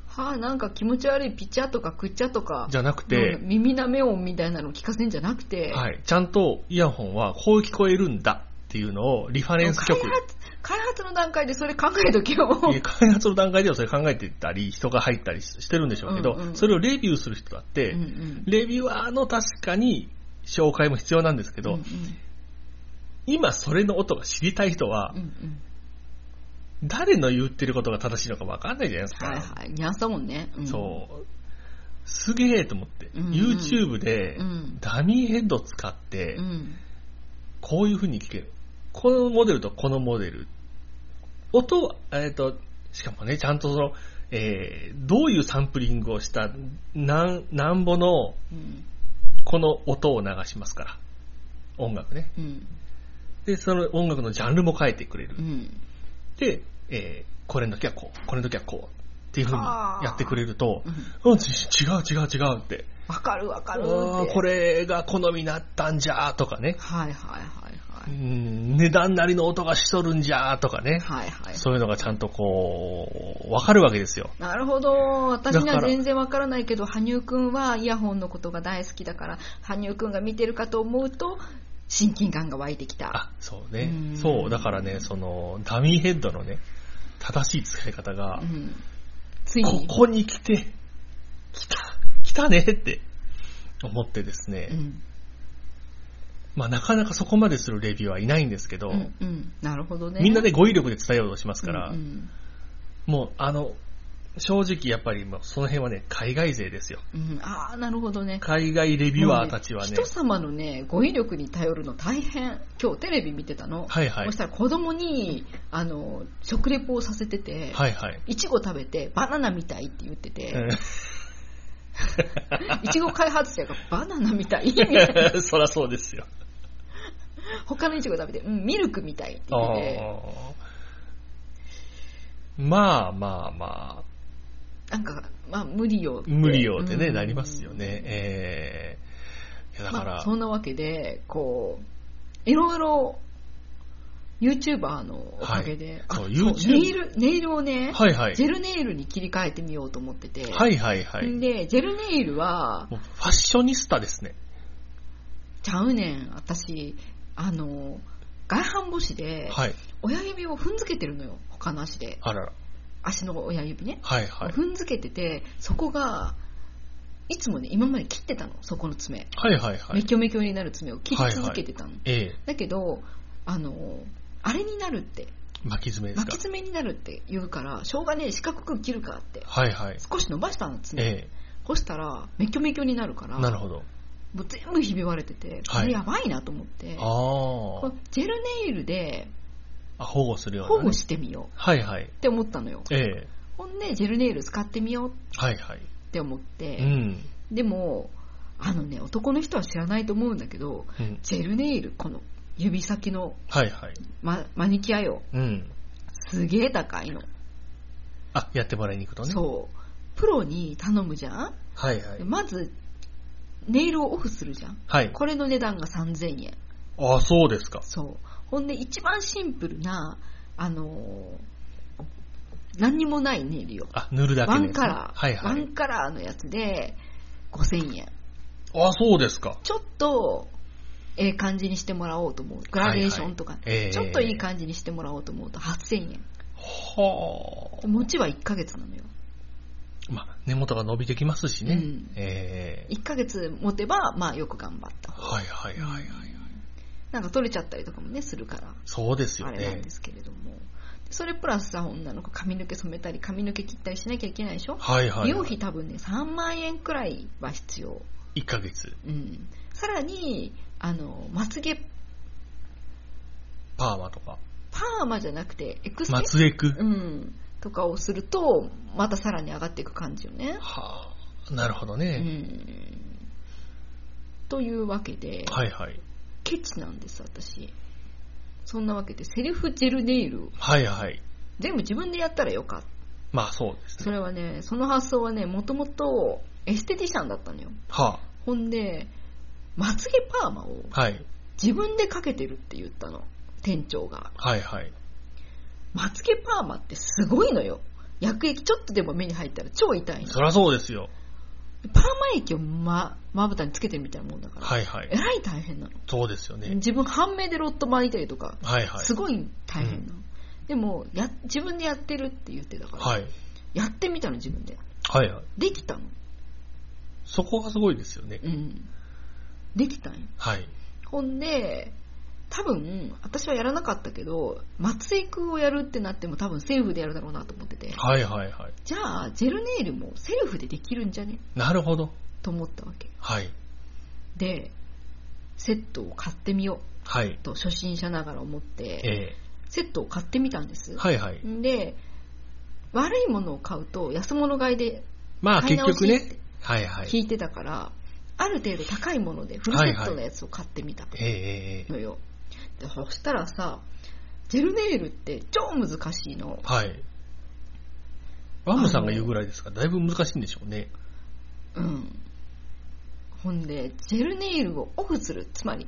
[SPEAKER 4] はあ、なんか気持ち悪いピチャとかクッチャとか。
[SPEAKER 3] じゃなく
[SPEAKER 4] なんか
[SPEAKER 3] て、
[SPEAKER 4] 耳なめ音みたいなのを聞かせんじゃなくて。
[SPEAKER 3] はい、ちゃんとイヤホンはこう聞こえるんだっていうのをリファレンス曲。
[SPEAKER 4] 開発、開発の段階でそれ考えとけよ。
[SPEAKER 3] いや開発の段階ではそれ考えてたり、人が入ったりしてるんでしょうけど、
[SPEAKER 4] うんうん
[SPEAKER 3] それをレビューする人だって、
[SPEAKER 4] うんうん。
[SPEAKER 3] レビュアーの確かに紹介も必要なんですけど、
[SPEAKER 4] うん
[SPEAKER 3] 今それの音が知りたい人は
[SPEAKER 4] うん、うん
[SPEAKER 3] 誰の言ってることが正しいのか分かんないじゃないです
[SPEAKER 4] うん。
[SPEAKER 3] か。
[SPEAKER 4] はいはい。ニャンスだもんね。うん、
[SPEAKER 3] そう。すげえと思って、
[SPEAKER 4] うんうん
[SPEAKER 3] YouTube で
[SPEAKER 4] うん
[SPEAKER 3] ダミーヘッド使って
[SPEAKER 4] う、ん。
[SPEAKER 3] こういう風に聞ける。このモデルとこのモデル。音は、えっ、と、しかもね、ちゃんとその、えーどういうサンプリングをした、なん、なんぼの、
[SPEAKER 4] うん。
[SPEAKER 3] この音を流しますから。音楽ね。
[SPEAKER 4] うん。
[SPEAKER 3] で、その音楽のジャンルも変えてくれる
[SPEAKER 4] う。ん。
[SPEAKER 3] で、えーこれの時はこう、これの時はこう。っていう風にやってくれると
[SPEAKER 4] う、ん
[SPEAKER 3] うん、ち違う違う違うって。
[SPEAKER 4] わかるわかるって
[SPEAKER 3] あーこ。れが好みになったんじゃーとかね。
[SPEAKER 4] はいはいはいは
[SPEAKER 3] う
[SPEAKER 4] い。
[SPEAKER 3] ん、値段なりの音がしとるんじゃーとかね。
[SPEAKER 4] はいはい。
[SPEAKER 3] そういうのがちゃんとこう、わかるわけですよ。
[SPEAKER 4] なるほど。私に
[SPEAKER 3] だ
[SPEAKER 4] は
[SPEAKER 3] から
[SPEAKER 4] 全然わからないけど、羽生くんはイヤホンのことが大好きだから、羽生くんが見てるかと思うと、親近感が湧いてきた。
[SPEAKER 3] あ、そうね
[SPEAKER 4] う。ん
[SPEAKER 3] そう、だからね、その、ダミーヘッドのね、正しい使い方が
[SPEAKER 4] う、ん。つい
[SPEAKER 3] こ
[SPEAKER 4] に。
[SPEAKER 3] こに来て、来た、来たねって思ってですね、
[SPEAKER 4] うん。
[SPEAKER 3] まあなかなかそこまでするレビューはいないんですけど、
[SPEAKER 4] うんうん。なるほどね。
[SPEAKER 3] みんなね、
[SPEAKER 4] で
[SPEAKER 3] 語彙力で伝えようとしますから、
[SPEAKER 4] うん
[SPEAKER 3] もうあの、正直やっぱりもうその辺はね、海外勢ですよ。
[SPEAKER 4] うん。うんああ、なるほどね。
[SPEAKER 3] 海外レビュアーたちはね、
[SPEAKER 4] 人様のね、語彙力に頼るの大変。今日テレビ見てたの。
[SPEAKER 3] はいはい
[SPEAKER 4] そし。たら子供に、あの、食レポをさせてて、
[SPEAKER 3] はいはい。
[SPEAKER 4] いちご食べてバナナみたいって言ってて、
[SPEAKER 3] うん
[SPEAKER 4] いちご開発者がバナナみたいみたいな
[SPEAKER 3] <laughs> そらそうですよ。
[SPEAKER 4] 他のいちご食べて、うん、ミルクみたいって言って
[SPEAKER 3] あーまあまあまあ、
[SPEAKER 4] て、なんか、まあ、無理よって。
[SPEAKER 3] 無理よってね、
[SPEAKER 4] うん
[SPEAKER 3] なりますよね。ええいやだから、
[SPEAKER 4] まあ、そんなわけで、こう、いろいろ、YouTuber のおかげで、
[SPEAKER 3] はいそう
[SPEAKER 4] あそう
[SPEAKER 3] YouTube
[SPEAKER 4] ネイル、ネイルをね、
[SPEAKER 3] はいはい
[SPEAKER 4] ジ。ェルネイルに切り替えてみようと思ってて、
[SPEAKER 3] はいはいはい。も
[SPEAKER 4] で、ジェルネイルは、
[SPEAKER 3] うファッショニスタですね。
[SPEAKER 4] ちゃうねん、私、あの、外反母趾で、
[SPEAKER 3] はい。
[SPEAKER 4] 親指を踏んづけてるのよ、他の足で。
[SPEAKER 3] あらら。
[SPEAKER 4] 足の親指ね。
[SPEAKER 3] はいはい。
[SPEAKER 4] 踏んづけてて、そこが、いつもね、今まで切ってたの、そこの爪。
[SPEAKER 3] はいはいは
[SPEAKER 4] め
[SPEAKER 3] い。
[SPEAKER 4] きょめきょになる爪を切り続けてたの。
[SPEAKER 3] ええ
[SPEAKER 4] だけど、あの、あれになるって、
[SPEAKER 3] 巻き爪です
[SPEAKER 4] 巻
[SPEAKER 3] か
[SPEAKER 4] き。爪になるって言うから、しょうがねえ、四角く切るかって。
[SPEAKER 3] はいはい。
[SPEAKER 4] 少し伸ばしたの、爪。
[SPEAKER 3] え
[SPEAKER 4] 干したら、めきょめきょになるか
[SPEAKER 3] え
[SPEAKER 4] ら、
[SPEAKER 3] なるほど。
[SPEAKER 4] もう全部ひび割れてて、こ
[SPEAKER 3] はい
[SPEAKER 4] れやばいなと思って、こ
[SPEAKER 3] あ
[SPEAKER 4] うジェルネイルで
[SPEAKER 3] あ。あ、保護するような、
[SPEAKER 4] 保
[SPEAKER 3] ね。
[SPEAKER 4] 護してみよう
[SPEAKER 3] はいはい。
[SPEAKER 4] って思ったのよ。
[SPEAKER 3] ええ
[SPEAKER 4] ほんで、ジェルネイル使ってみよう
[SPEAKER 3] はいはい。
[SPEAKER 4] って思っ
[SPEAKER 3] う
[SPEAKER 4] て、
[SPEAKER 3] ん。
[SPEAKER 4] でも、あのね、男の人は知らないと思うんだけど、
[SPEAKER 3] うん。
[SPEAKER 4] ジェルネイル、この指先の
[SPEAKER 3] はいはい。
[SPEAKER 4] ママニキュアよ、
[SPEAKER 3] うん。
[SPEAKER 4] すげえ高いの。
[SPEAKER 3] あ、やってもらいに行くとね。う。
[SPEAKER 4] そう。プロに頼むじゃん、
[SPEAKER 3] はいはい。
[SPEAKER 4] まず、ネイルをオフするじゃん。
[SPEAKER 3] はい。
[SPEAKER 4] これの値段が3000円。
[SPEAKER 3] あ、そうですか。
[SPEAKER 4] そう。ほんで、一番シンプルな、あのー何にもないネイルよ。
[SPEAKER 3] あ、塗るだけ
[SPEAKER 4] ワ
[SPEAKER 3] の
[SPEAKER 4] ン
[SPEAKER 3] やつ
[SPEAKER 4] カラー、
[SPEAKER 3] はいは
[SPEAKER 4] ワ
[SPEAKER 3] い
[SPEAKER 4] ン。カラーのやつで5000円。
[SPEAKER 3] あ、そうですか。
[SPEAKER 4] ちょっと、ええ感じにしてもらおうと思う。グラデーションとか、
[SPEAKER 3] はいはいええ
[SPEAKER 4] ちょっといい感じにしてもらおうと思うと8000円。
[SPEAKER 3] は
[SPEAKER 4] 持ちは1ヶ月なのよ。
[SPEAKER 3] あ。まあ、根元が伸びてきますしね。
[SPEAKER 4] うん
[SPEAKER 3] ええ
[SPEAKER 4] 1ヶ月持てば、まあよく頑張った方。
[SPEAKER 3] はいはいはいはい。
[SPEAKER 4] なんか取れちゃったりとかもね、するから。
[SPEAKER 3] そうですよ
[SPEAKER 4] あれなん
[SPEAKER 3] ね
[SPEAKER 4] で。すけれども。それプラスさ、女の子髪の毛染めたり、髪の毛切ったりしなきゃいけないでしょ、
[SPEAKER 3] はいはい。
[SPEAKER 4] 美容費多分ね、3万円くらいは必要。
[SPEAKER 3] 1ヶ月。
[SPEAKER 4] うん。さらに、あの、まつげ、
[SPEAKER 3] パーマとか。
[SPEAKER 4] パーマじゃなくて、エクステ
[SPEAKER 3] 松江区。
[SPEAKER 4] うん。とかをすると、またさらに上がっていく感じよね。
[SPEAKER 3] はあ、なるほど
[SPEAKER 4] う
[SPEAKER 3] ね。
[SPEAKER 4] ん。というわけで、
[SPEAKER 3] はいはい。
[SPEAKER 4] ケチなんです、私。そんなわけで、セルフジェルネイル、
[SPEAKER 3] はいはい。
[SPEAKER 4] 全部自分でやったらよかった。
[SPEAKER 3] まあそうです
[SPEAKER 4] そ
[SPEAKER 3] ね。
[SPEAKER 4] れはね、その発想はね、もともとエステティシャンだったのよ。
[SPEAKER 3] は
[SPEAKER 4] ほんで、まつげパーマを
[SPEAKER 3] あ、はい。
[SPEAKER 4] 自分でかけてるって言ったの、店長が。
[SPEAKER 3] はいはい。
[SPEAKER 4] まつげパーマってすごいのよ。薬液ちょっとでも目に入ったら超痛いの。
[SPEAKER 3] そりゃそうですよ。
[SPEAKER 4] パーマ液をま、まぶたにつけてるみたいなもんだから。
[SPEAKER 3] はいはい
[SPEAKER 4] え。らい大変なの。
[SPEAKER 3] そうですよね。
[SPEAKER 4] 自分半目でロット巻いたりとか、
[SPEAKER 3] はいはい。
[SPEAKER 4] すごい大変なの。でもや、自分でやってるって言ってたから、
[SPEAKER 3] はい。
[SPEAKER 4] やってみたの自分で。
[SPEAKER 3] はいはい。
[SPEAKER 4] できたの。
[SPEAKER 3] そこがすごいですよね
[SPEAKER 4] う。ん。できたんよ。
[SPEAKER 3] はい。
[SPEAKER 4] ほんで、多分、私はやらなかったけど、松江区をやるってなっても多分セルフでやるだろうなと思ってて、
[SPEAKER 3] はいはいはい。
[SPEAKER 4] じゃあ、ジェルネイルもセルフでできるんじゃね
[SPEAKER 3] なるほど。
[SPEAKER 4] と思ったわけ。
[SPEAKER 3] はい。
[SPEAKER 4] で、セットを買ってみよ
[SPEAKER 3] は
[SPEAKER 4] う
[SPEAKER 3] い。
[SPEAKER 4] と初心者ながら思って、
[SPEAKER 3] え
[SPEAKER 4] セットを買ってみたんです
[SPEAKER 3] え。。はいはい。
[SPEAKER 4] んで、悪いものを買うと安物買いで
[SPEAKER 3] まあ
[SPEAKER 4] 買い
[SPEAKER 3] 結
[SPEAKER 4] 直し
[SPEAKER 3] 局
[SPEAKER 4] って
[SPEAKER 3] ね。はいはい。
[SPEAKER 4] 聞いてたから、ある程度高いものでフルセットのやつを買ってみた。
[SPEAKER 3] ええええええ
[SPEAKER 4] のよでそしたらさジェルネイルって超難しいの
[SPEAKER 3] はい。ワムさんが言うぐらいですから、だいぶ難しいんでしょうね。
[SPEAKER 4] うんほんでジェルネイルをオフするつまり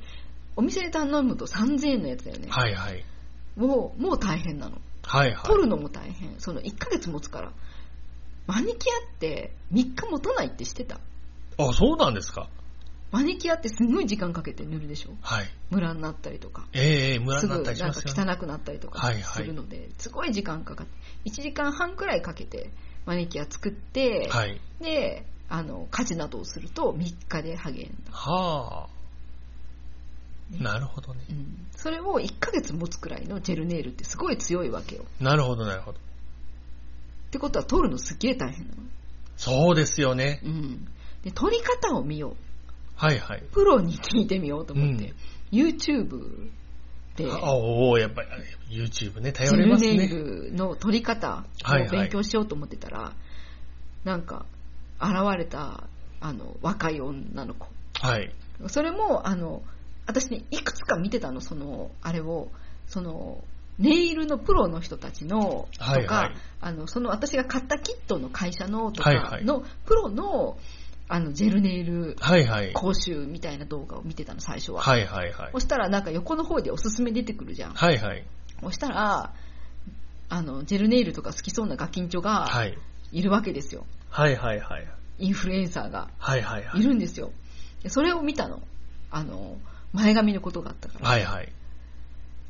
[SPEAKER 4] お店で頼むと3000円のやつだよね、
[SPEAKER 3] はいはい。
[SPEAKER 4] をもう大変なの
[SPEAKER 3] はいはい。
[SPEAKER 4] 取るのも大変その1ヶ月持つからマニキュアって3日持たないってしてた
[SPEAKER 3] あ、そうなんですか。
[SPEAKER 4] マニキュアってすごい時間かけて塗るでしょ
[SPEAKER 3] はい。
[SPEAKER 4] ムラになったりとか
[SPEAKER 3] ええええムラになったりします
[SPEAKER 4] ぐ
[SPEAKER 3] よ
[SPEAKER 4] な
[SPEAKER 3] ね。
[SPEAKER 4] んか汚くなったりとか
[SPEAKER 3] はいはい
[SPEAKER 4] するので、すごい時間かかって1時間半くらいかけてマニキュア作って、
[SPEAKER 3] はい。
[SPEAKER 4] であの家事などをすると3日でハゲんだ、
[SPEAKER 3] は
[SPEAKER 4] ね
[SPEAKER 3] あ。なるほどね。
[SPEAKER 4] うん、それを1ヶ月持つくらいのジェルネイルってすごい強いわけよ
[SPEAKER 3] なるほどなるほど。
[SPEAKER 4] ってことは取るのすっげえ大変なの、
[SPEAKER 3] そうですよね。
[SPEAKER 4] うん、で取り方を見よ
[SPEAKER 3] はいはい。
[SPEAKER 4] うプロに聞いてみようと思って、
[SPEAKER 3] うん
[SPEAKER 4] YouTube で
[SPEAKER 3] あおおやっぱり YouTube ね、
[SPEAKER 4] ジェ
[SPEAKER 3] 頼れ
[SPEAKER 4] ル
[SPEAKER 3] ます
[SPEAKER 4] ネイ
[SPEAKER 3] ね。
[SPEAKER 4] ルの取り方
[SPEAKER 3] はいは
[SPEAKER 4] を
[SPEAKER 3] い
[SPEAKER 4] 勉強しようと思ってたら、なんか現れたあの若い女の子
[SPEAKER 3] はい。
[SPEAKER 4] それもあの私ねいくつか見てたのそのあれをそのネイルのプロの人たちのとか、
[SPEAKER 3] はいはい
[SPEAKER 4] あのその私が買ったキットの会社のと
[SPEAKER 3] はい
[SPEAKER 4] か
[SPEAKER 3] はい
[SPEAKER 4] のプロのあのジェルネイル
[SPEAKER 3] はいはい。
[SPEAKER 4] 講習みたいな動画を見てたの最初は、
[SPEAKER 3] はいはいはい
[SPEAKER 4] そ。したらなんか横の方でおすすめ出てくるじゃん
[SPEAKER 3] はいはい。
[SPEAKER 4] そしたら、あの、ジェルネイルとか好きそうなガキンチョ
[SPEAKER 3] は
[SPEAKER 4] が
[SPEAKER 3] い。
[SPEAKER 4] いるわけですよ。
[SPEAKER 3] はいはいはい。
[SPEAKER 4] インフルエンサーが
[SPEAKER 3] はいはいはいい。
[SPEAKER 4] るんですよ。でそれを見たの。あの、前髪のことがあったから。
[SPEAKER 3] はいはい。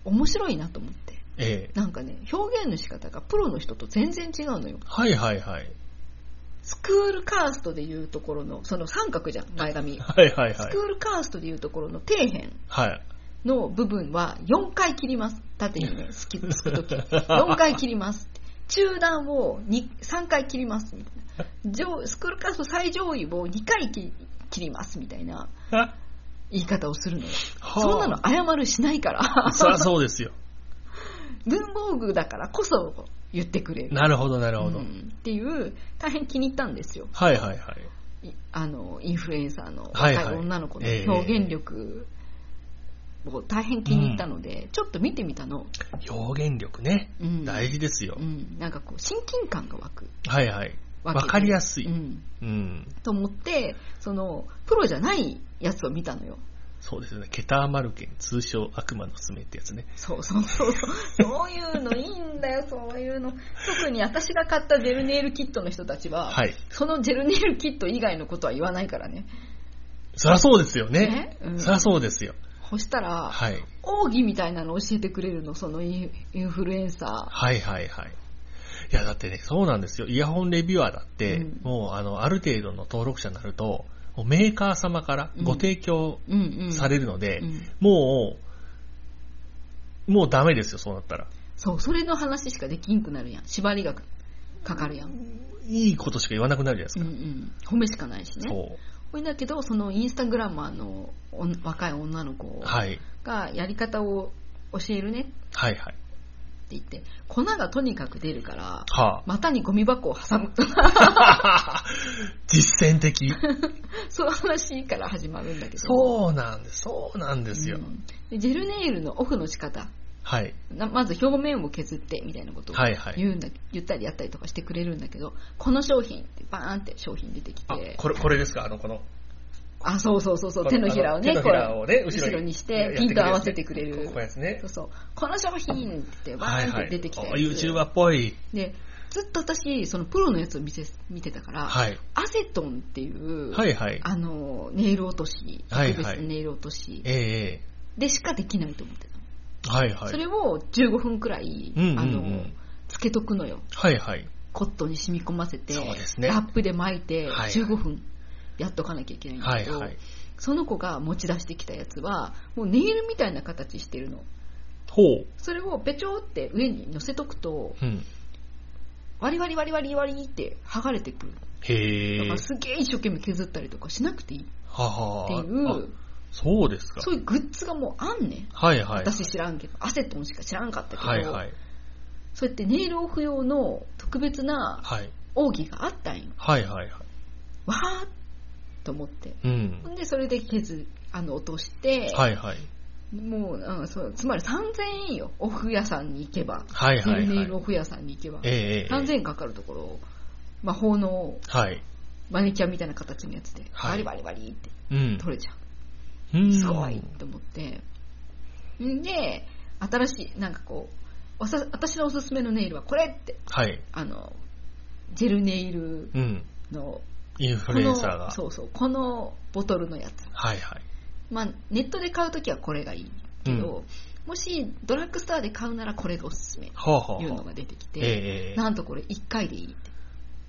[SPEAKER 4] 面白いなと思って。
[SPEAKER 3] ええ。
[SPEAKER 4] なんかね、表現の仕方がプロの人と全然違うのよ。
[SPEAKER 3] はいはいはい。
[SPEAKER 4] スクールカーストでいうところの、その三角じゃん、前髪。
[SPEAKER 3] はいはい
[SPEAKER 4] ス
[SPEAKER 3] はい
[SPEAKER 4] ク。ールカーストでいうところの底辺
[SPEAKER 3] はい。
[SPEAKER 4] の部分は4回切ります。縦に
[SPEAKER 3] <laughs>
[SPEAKER 4] ね、すき、すくとき。4回切ります。中段をに3回切ります。みたいな。上スクールカースト最上位を2回切り切ります。みたいな
[SPEAKER 3] は
[SPEAKER 4] 言い方をするのよ。
[SPEAKER 3] あ
[SPEAKER 4] そんなの謝るしないから。
[SPEAKER 3] そりゃそうですよ。
[SPEAKER 4] <laughs> 文房具だからこそ言ってくれる。
[SPEAKER 3] なるほどなるほど
[SPEAKER 4] う。んっていう、大変気に入ったんですよ。
[SPEAKER 3] はいはいはい。
[SPEAKER 4] いあの、インフルエンサーの若
[SPEAKER 3] はいいはい
[SPEAKER 4] 女の子の
[SPEAKER 3] ええ
[SPEAKER 4] 表現力を大変気に入ったので、ちょっと見てみたの。
[SPEAKER 3] 表現力ね。
[SPEAKER 4] うん
[SPEAKER 3] 大事ですよ
[SPEAKER 4] う。ん、なんかこう親近感が湧く
[SPEAKER 3] はいはい。
[SPEAKER 4] わ
[SPEAKER 3] わ
[SPEAKER 4] け
[SPEAKER 3] かりやすい。
[SPEAKER 4] うん、
[SPEAKER 3] うん。
[SPEAKER 4] と思ってそのプロじゃないやつを見たのよ
[SPEAKER 3] そうですよね。ケターマルケン、通称悪魔の爪ってやつね。
[SPEAKER 4] そうそうそうそうそういうのいいんだよそういうの特に私が買ったジェルネイルキットの人たちは、
[SPEAKER 3] はい。
[SPEAKER 4] そのジェルネイルキット以外のことは言わないからね
[SPEAKER 3] そりゃそうですよね
[SPEAKER 4] ねう。ん
[SPEAKER 3] そりゃそうですよ。
[SPEAKER 4] そしたら、
[SPEAKER 3] はい。
[SPEAKER 4] 奥義みたいなの教えてくれるのそのインインフルエンサ
[SPEAKER 3] はいはいはい。いや、だってね、そうなんですよ。イヤホンレビュアーだって、
[SPEAKER 4] うん
[SPEAKER 3] もう、あの、ある程度の登録者になると、もうメーカー様からご提供
[SPEAKER 4] ーうんうん
[SPEAKER 3] されるので、
[SPEAKER 4] うん
[SPEAKER 3] もう、もうダメですよ、そうなったら。
[SPEAKER 4] そうそれの話しかできんくなるやん縛りがかかるやん、
[SPEAKER 3] いいことしか言わなくなるじゃ
[SPEAKER 4] うんう
[SPEAKER 3] ない
[SPEAKER 4] ん、褒めしかない
[SPEAKER 3] で
[SPEAKER 4] し
[SPEAKER 3] す
[SPEAKER 4] ね
[SPEAKER 3] か。そう。
[SPEAKER 4] これだけどそのインスタグラマーのおん若い女の子
[SPEAKER 3] はい。
[SPEAKER 4] がやり方を教えるね
[SPEAKER 3] はいはい。
[SPEAKER 4] 言って、粉がとにかく出るから、
[SPEAKER 3] は
[SPEAKER 4] 股にゴミ箱を挟む。
[SPEAKER 3] あ。実践的。
[SPEAKER 4] <laughs> そういう話から始まるんだけど。
[SPEAKER 3] そうなんです。そうなんですよ
[SPEAKER 4] う。んでジェルネイルのオフの仕方。
[SPEAKER 3] はい。
[SPEAKER 4] なまず表面を削ってみたいなことを
[SPEAKER 3] はいはい
[SPEAKER 4] 言うんだ、言ったりやったりとかしてくれるんだけど、この商品ってバーンって商品出てき
[SPEAKER 3] あ、
[SPEAKER 4] て、
[SPEAKER 3] これ、これですかあの、この。
[SPEAKER 4] あ、そうそうそうそう、
[SPEAKER 3] こ
[SPEAKER 4] 手
[SPEAKER 3] の
[SPEAKER 4] のひらをね、
[SPEAKER 3] あの手
[SPEAKER 4] こ
[SPEAKER 3] の
[SPEAKER 4] う
[SPEAKER 3] ひらをね、
[SPEAKER 4] 後ろにして
[SPEAKER 3] やって
[SPEAKER 4] ピンと合わせてくれる
[SPEAKER 3] ここですね
[SPEAKER 4] そう。そう、この商品ってバ
[SPEAKER 3] はい
[SPEAKER 4] ーン
[SPEAKER 3] は
[SPEAKER 4] っ
[SPEAKER 3] い。
[SPEAKER 4] て出てきて、
[SPEAKER 3] お YouTuber っぽい。
[SPEAKER 4] で、ずっと私、そのプロのやつを見て見てたから、
[SPEAKER 3] はい。
[SPEAKER 4] アセトンっていう、
[SPEAKER 3] はいはい。
[SPEAKER 4] あの、ネイル落とし、
[SPEAKER 3] はいはい
[SPEAKER 4] 特別なネイル落とし
[SPEAKER 3] ええ
[SPEAKER 4] でしかできないと思ってたの。
[SPEAKER 3] ええはいはい。
[SPEAKER 4] それを15分くらい、
[SPEAKER 3] うんうんうん
[SPEAKER 4] あの、つけとくのよ。
[SPEAKER 3] はいはい。
[SPEAKER 4] コットンに染み込ませて、
[SPEAKER 3] そうですね
[SPEAKER 4] ラップで巻いて、
[SPEAKER 3] はい
[SPEAKER 4] 15分やっとかなきゃいけないんだ
[SPEAKER 3] は
[SPEAKER 4] け
[SPEAKER 3] い
[SPEAKER 4] ど、
[SPEAKER 3] はい。
[SPEAKER 4] その子が持ち出してきたやつは、もうネイルみたいな形してるの。
[SPEAKER 3] ほう。
[SPEAKER 4] それをぺちょって上に乗せとくと、
[SPEAKER 3] うん。
[SPEAKER 4] 割り割り割り割り割りって剥がれてくる。だ
[SPEAKER 3] へえ
[SPEAKER 4] から。すげえ一生懸命削ったりとかしなくていいっ
[SPEAKER 3] はは
[SPEAKER 4] てい
[SPEAKER 3] あ
[SPEAKER 4] う、
[SPEAKER 3] そうですか。
[SPEAKER 4] そういうグッズがもうあんねん。
[SPEAKER 3] はいはい。
[SPEAKER 4] 私知らんけど、アセットもしか知らんかったけど、
[SPEAKER 3] はいはい。
[SPEAKER 4] そうやってネイルオフ用の特別な
[SPEAKER 3] はい。
[SPEAKER 4] 奥義があったんよ。
[SPEAKER 3] はいはいはい。
[SPEAKER 4] わーっと思って。
[SPEAKER 3] うん
[SPEAKER 4] ほ。んで、それで削、あの、落として、
[SPEAKER 3] はいはい。
[SPEAKER 4] もう、うんそう、つまり3000円よ。オフ屋さんに行けば。
[SPEAKER 3] はいはい
[SPEAKER 4] ネ
[SPEAKER 3] は
[SPEAKER 4] イ
[SPEAKER 3] い
[SPEAKER 4] ル。オフ屋さんに行けば。
[SPEAKER 3] ええええ
[SPEAKER 4] 3000円かかるところを、魔法の
[SPEAKER 3] はい。
[SPEAKER 4] マニキュアみたいな形のやつで、
[SPEAKER 3] はい
[SPEAKER 4] バリバリバリって
[SPEAKER 3] うん。
[SPEAKER 4] 取れちゃ
[SPEAKER 3] うん
[SPEAKER 4] う。すごいって思って。んで、新しい、なんかこう、わさ私のおすすめのネイルはこれって、
[SPEAKER 3] はい。
[SPEAKER 4] あの、ジェルネイル
[SPEAKER 3] うん。
[SPEAKER 4] の、
[SPEAKER 3] インフ
[SPEAKER 4] こ
[SPEAKER 3] ルエ
[SPEAKER 4] の
[SPEAKER 3] ンサーが。
[SPEAKER 4] そうそう、このボトルのやつ。
[SPEAKER 3] はいはい。
[SPEAKER 4] まあ、ネットで買うときはこれがいいけど、もしドラッグストアで買うならこれがおすすめ
[SPEAKER 3] はあはあはあ
[SPEAKER 4] いうのが出てき
[SPEAKER 3] え
[SPEAKER 4] て、
[SPEAKER 3] えええ
[SPEAKER 4] なんとこれ1回でいいって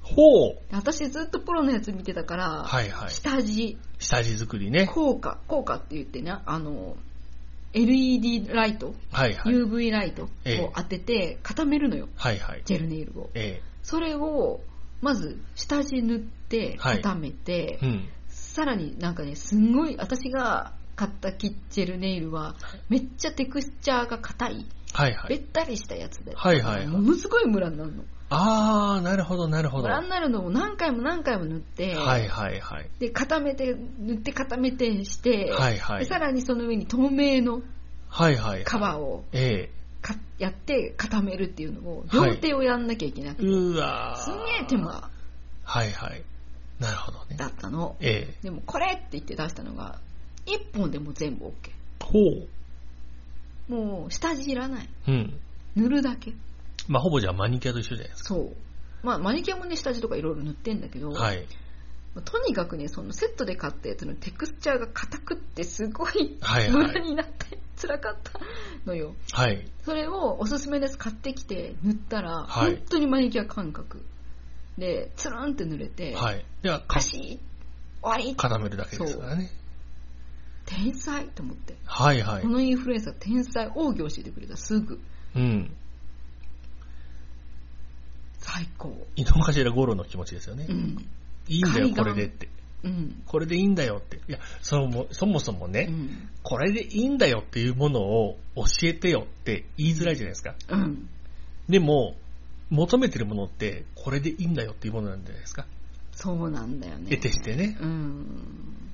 [SPEAKER 3] ほう。
[SPEAKER 4] で私ずっとプロのやつ見てたから、
[SPEAKER 3] はいはい。
[SPEAKER 4] 下地
[SPEAKER 3] 下地作りね。
[SPEAKER 4] 効果効果って言ってねあの LED ライト、
[SPEAKER 3] はいはい。
[SPEAKER 4] UV ライトを
[SPEAKER 3] ええ
[SPEAKER 4] 当てて固めるのよ、
[SPEAKER 3] はいはい。
[SPEAKER 4] ジェルネイルを
[SPEAKER 3] え
[SPEAKER 4] それをまず下地塗って
[SPEAKER 3] はい
[SPEAKER 4] 固めて、
[SPEAKER 3] えうん。
[SPEAKER 4] さらになんかね、すんごい、私が買ったキッチェルネイルは、めっちゃテクスチャーが硬い、
[SPEAKER 3] はいは
[SPEAKER 4] べっ
[SPEAKER 3] い。
[SPEAKER 4] たりしたやつで、
[SPEAKER 3] はいはいはい
[SPEAKER 4] ものすごいムラになるの。
[SPEAKER 3] あー、なるほどなるほ
[SPEAKER 4] ム
[SPEAKER 3] ど。
[SPEAKER 4] ラ
[SPEAKER 3] は
[SPEAKER 4] になるのを何回も何回も塗っ
[SPEAKER 3] い
[SPEAKER 4] て、
[SPEAKER 3] はいはい。
[SPEAKER 4] で、固めて、塗って固めてして、
[SPEAKER 3] はいはい
[SPEAKER 4] でさらにその上に透明の
[SPEAKER 3] はいはい。
[SPEAKER 4] カバーを
[SPEAKER 3] え
[SPEAKER 4] かやって固めるっていうのを、両手をやんなきゃいけな
[SPEAKER 3] え
[SPEAKER 4] くて、
[SPEAKER 3] うわー
[SPEAKER 4] すんげえ手。間
[SPEAKER 3] はいはい。なるほどね。
[SPEAKER 4] だったの。
[SPEAKER 3] ええ
[SPEAKER 4] でも、これって言って出したのが、1本でもう全部 OK。
[SPEAKER 3] ほう。
[SPEAKER 4] もう、下地いらない。
[SPEAKER 3] うん。
[SPEAKER 4] 塗るだけ。
[SPEAKER 3] まあ、ほぼじゃあマニキュアと一緒じゃないです
[SPEAKER 4] そう。まあ、マニキュアもね、下地とかいろいろ塗ってんだけど、
[SPEAKER 3] か。はい。
[SPEAKER 4] まあとにかくね、そのセットで買ったやつのテクスチャーが硬くって、すごい
[SPEAKER 3] はい
[SPEAKER 4] ム
[SPEAKER 3] は
[SPEAKER 4] ラ
[SPEAKER 3] い。
[SPEAKER 4] になって、辛かったのよ。
[SPEAKER 3] はい。
[SPEAKER 4] それをおすすめのやつ買ってきて塗ったら、
[SPEAKER 3] はい
[SPEAKER 4] 本当にマニキュア感覚で、つるんって塗れて、
[SPEAKER 3] はい。では、
[SPEAKER 4] カシッ終わり
[SPEAKER 3] 固めるだけですからね。
[SPEAKER 4] 天才と思って。
[SPEAKER 3] はいはい
[SPEAKER 4] こ。のインフルエンサー、天才、奥義教えてくれた、すぐ。
[SPEAKER 3] うん。
[SPEAKER 4] 最高。
[SPEAKER 3] 井の頭五郎の気持ちですよね
[SPEAKER 4] う。ん。
[SPEAKER 3] いいんだよ、
[SPEAKER 4] 海岸
[SPEAKER 3] これでって。
[SPEAKER 4] うん。
[SPEAKER 3] これでいいんだよって。いや、そのもそもそも
[SPEAKER 4] う
[SPEAKER 3] ね、
[SPEAKER 4] ん。
[SPEAKER 3] これでいいんだよっていうものを教えてよって言いづらいじゃないですか。
[SPEAKER 4] うん。
[SPEAKER 3] でも、求めてるものって、これでいいんだよっていうものなんじゃないですか。
[SPEAKER 4] そうなんだよね。
[SPEAKER 3] 得てしてね。
[SPEAKER 4] うん。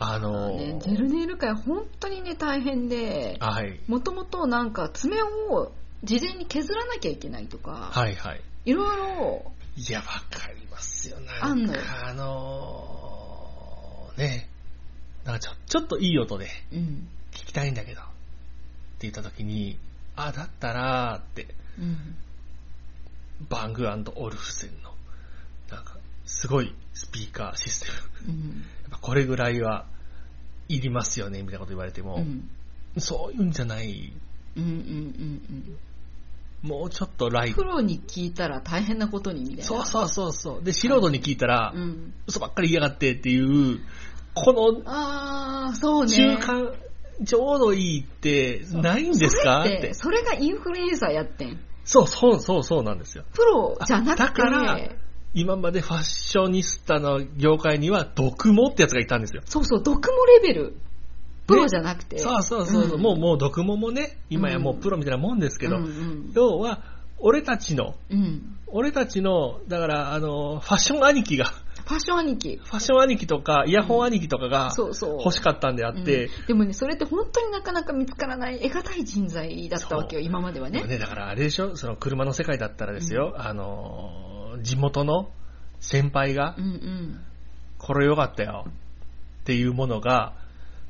[SPEAKER 3] あのー
[SPEAKER 4] ね、ジェルネイル界本当にね大変で
[SPEAKER 3] はい。
[SPEAKER 4] もともとなんか爪を事前に削らなきゃいけないとか、
[SPEAKER 3] はいはい。
[SPEAKER 4] い、ろいろ
[SPEAKER 3] いや、わかりますよ。な
[SPEAKER 4] あん
[SPEAKER 3] ん
[SPEAKER 4] のよ
[SPEAKER 3] か、あのーね、なんかちょ、ちょっといい音で
[SPEAKER 4] うん
[SPEAKER 3] 聞きたいんだけど、って言った時に、あ、だったらーって、
[SPEAKER 4] うん
[SPEAKER 3] バングオルフセンの、なんか、すごいスピーカーシステム。
[SPEAKER 4] うん
[SPEAKER 3] やっぱこれぐらいは、いりますよね、みたいなこと言われても、
[SPEAKER 4] うんうん
[SPEAKER 3] そういうんじゃない、
[SPEAKER 4] うんうん
[SPEAKER 3] もうちょっとラ
[SPEAKER 4] うん
[SPEAKER 3] イ
[SPEAKER 4] プ
[SPEAKER 3] ト。
[SPEAKER 4] ロに聞いたら大変なことにみたいな
[SPEAKER 3] そうそうそうそう。で、素人に聞いたら、
[SPEAKER 4] うん、
[SPEAKER 3] 嘘ばっかり言いやがってっていう、この
[SPEAKER 4] ああそうね
[SPEAKER 3] 中間、ちょうどいいって、ないんですかっ
[SPEAKER 4] それって
[SPEAKER 3] て。
[SPEAKER 4] それがインフルエンサーやってん
[SPEAKER 3] そうそうそうそうなんですよ。
[SPEAKER 4] プロじゃなくて
[SPEAKER 3] だから、今までファッショニスタの業界には、毒もってやつがいたんですよ。
[SPEAKER 4] そうそう毒もレベルプロじゃなくて。
[SPEAKER 3] そうそうそうそう、
[SPEAKER 4] うん
[SPEAKER 3] もう、もう、毒ももね、今やもうプロみたいなもんですけど、
[SPEAKER 4] うんうん
[SPEAKER 3] 要は、俺たちの、
[SPEAKER 4] うん
[SPEAKER 3] 俺たちの、だから、あの、ファッション兄貴が、 <laughs>
[SPEAKER 4] ファッション兄貴。
[SPEAKER 3] ファッション兄貴とか、イヤホン兄貴とかが
[SPEAKER 4] そうそう。
[SPEAKER 3] 欲しかったんであって、
[SPEAKER 4] うんでもね、それって本当になかなか見つからない、得難い人材だったわけよ、
[SPEAKER 3] そう
[SPEAKER 4] 今までは
[SPEAKER 3] でも
[SPEAKER 4] ね。
[SPEAKER 3] ね、だからあれでしょ、その車の世界だったらですよ、あの、地元の先輩が
[SPEAKER 4] う、んうん。
[SPEAKER 3] これ良かったよっていうものが、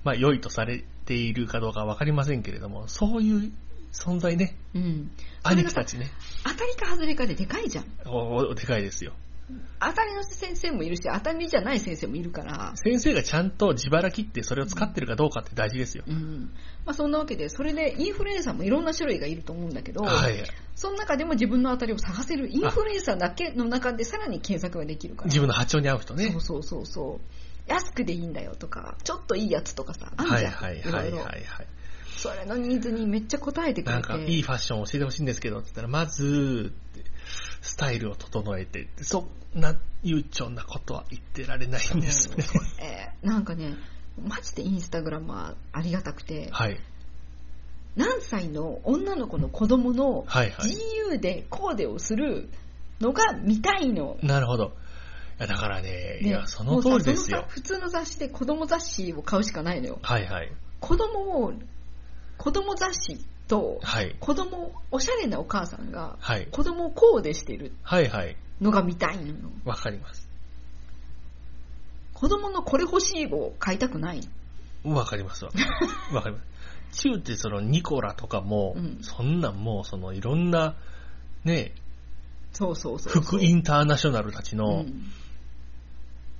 [SPEAKER 3] まあ、良いとされているかどうかわかりませんけれども、そういう存在ね、
[SPEAKER 4] うん。それ
[SPEAKER 3] 兄
[SPEAKER 4] が
[SPEAKER 3] 貴
[SPEAKER 4] さ
[SPEAKER 3] た、ちね、
[SPEAKER 4] 当たりか外れかででかいじゃん。
[SPEAKER 3] おおでかいですよ。
[SPEAKER 4] 当たりの先生もいるし、当たりじゃない先生もいるから。
[SPEAKER 3] 先生がちゃんと自腹切ってそれを使ってるかどうかって大事ですよ。
[SPEAKER 4] うん。まあそんなわけで、それでインフルエンサーもいろんな種類がいると思うんだけど、
[SPEAKER 3] はい。
[SPEAKER 4] その中でも自分の当たりを探せるインフルエンサーだけの中でさらに検索ができるから。
[SPEAKER 3] 自分の波長に合う人ね。
[SPEAKER 4] そうそうそうそう。安くでいいんだよとか、ちょっといいやつとかさ、あん
[SPEAKER 3] はい
[SPEAKER 4] じゃん。
[SPEAKER 3] はいはい
[SPEAKER 4] ろ
[SPEAKER 3] はい
[SPEAKER 4] ろ
[SPEAKER 3] はい。
[SPEAKER 4] それのニーズにめっちゃ応えてくれて。
[SPEAKER 3] なんか、いいファッションを教えてほしいんですけど、って言ったら、まず、ってスタイルを整えて、そんな悠長なことは言ってられないんです
[SPEAKER 4] <laughs>
[SPEAKER 3] ね。
[SPEAKER 4] えーなんかね、マジでインスタグラマーありがたくて、
[SPEAKER 3] はい。
[SPEAKER 4] 何歳の女の子の子供の
[SPEAKER 3] はいはい。
[SPEAKER 4] 自由でコーデをするのが見たいの。
[SPEAKER 3] なるほど。いやだからね、い
[SPEAKER 4] で
[SPEAKER 3] や、その通りです
[SPEAKER 4] も
[SPEAKER 3] よ
[SPEAKER 4] うさそのさ。普通の雑誌で子供雑誌を買うしかないのよ。
[SPEAKER 3] はいはい。
[SPEAKER 4] 子供を、子供雑誌と、
[SPEAKER 3] はい。
[SPEAKER 4] 子供、おしゃれなお母さんが、
[SPEAKER 3] はい。
[SPEAKER 4] 子供をコーデしてる
[SPEAKER 3] はいはい。
[SPEAKER 4] のが見たいのよ。
[SPEAKER 3] わかります。
[SPEAKER 4] 子供のこれ欲しいを買いたくない。
[SPEAKER 3] わかります
[SPEAKER 4] <laughs>
[SPEAKER 3] わ。わかります。チューってそのニコラとかも、
[SPEAKER 4] うん
[SPEAKER 3] そんなんもうそのいろんな、ね、
[SPEAKER 4] そうそうそうそう。
[SPEAKER 3] 副インターナショナルたち
[SPEAKER 4] う
[SPEAKER 3] の
[SPEAKER 4] ん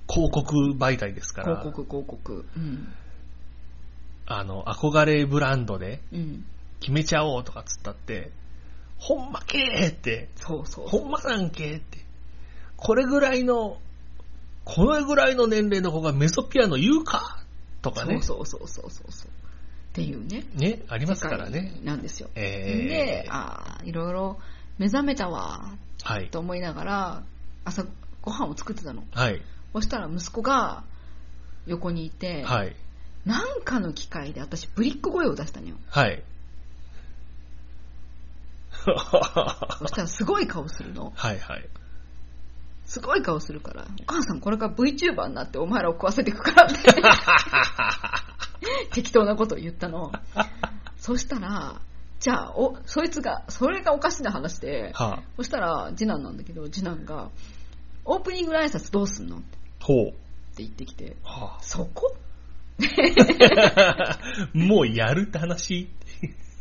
[SPEAKER 3] 広告媒体ですから、
[SPEAKER 4] 広告広告うん
[SPEAKER 3] あの、憧れブランドで
[SPEAKER 4] うん
[SPEAKER 3] 決めちゃおうとかっつったって、ほんまけーって、
[SPEAKER 4] そうそう
[SPEAKER 3] ほんまなんけーって、これぐらいの、これぐらいの年齢の子がメソピアノ言うかとか
[SPEAKER 4] そ
[SPEAKER 3] ね
[SPEAKER 4] う。そうそうそうそうそうっていうね
[SPEAKER 3] ね、ありますから
[SPEAKER 4] 世
[SPEAKER 3] ね
[SPEAKER 4] 界。なんですよ、
[SPEAKER 3] え
[SPEAKER 4] で
[SPEAKER 3] ー、
[SPEAKER 4] ああいろいろ目覚めたわ
[SPEAKER 3] はい
[SPEAKER 4] ー。と思いながら朝ご飯を作ってたの
[SPEAKER 3] はい。
[SPEAKER 4] そしたら息子が横にいて、
[SPEAKER 3] はい。
[SPEAKER 4] なんかの機会で私ぶりっ子声を出したのよ <laughs>
[SPEAKER 3] はい。
[SPEAKER 4] そしたらすごい顔するの
[SPEAKER 3] はい
[SPEAKER 4] <laughs>
[SPEAKER 3] はい。
[SPEAKER 4] すごい顔するからお母さんこれから VTuber になってお前らを食わせていくからって適当なことを言ったのそしたら、じゃあ、お、そいつが、それがおかしな話で、
[SPEAKER 3] は
[SPEAKER 4] そしたら、次男なんだけど、次男が、オープニングの挨拶どうすんのって
[SPEAKER 3] あ、ほう。
[SPEAKER 4] 言ってきて、
[SPEAKER 3] は
[SPEAKER 4] そこ
[SPEAKER 3] あ、 <laughs> もうやるって話 <laughs>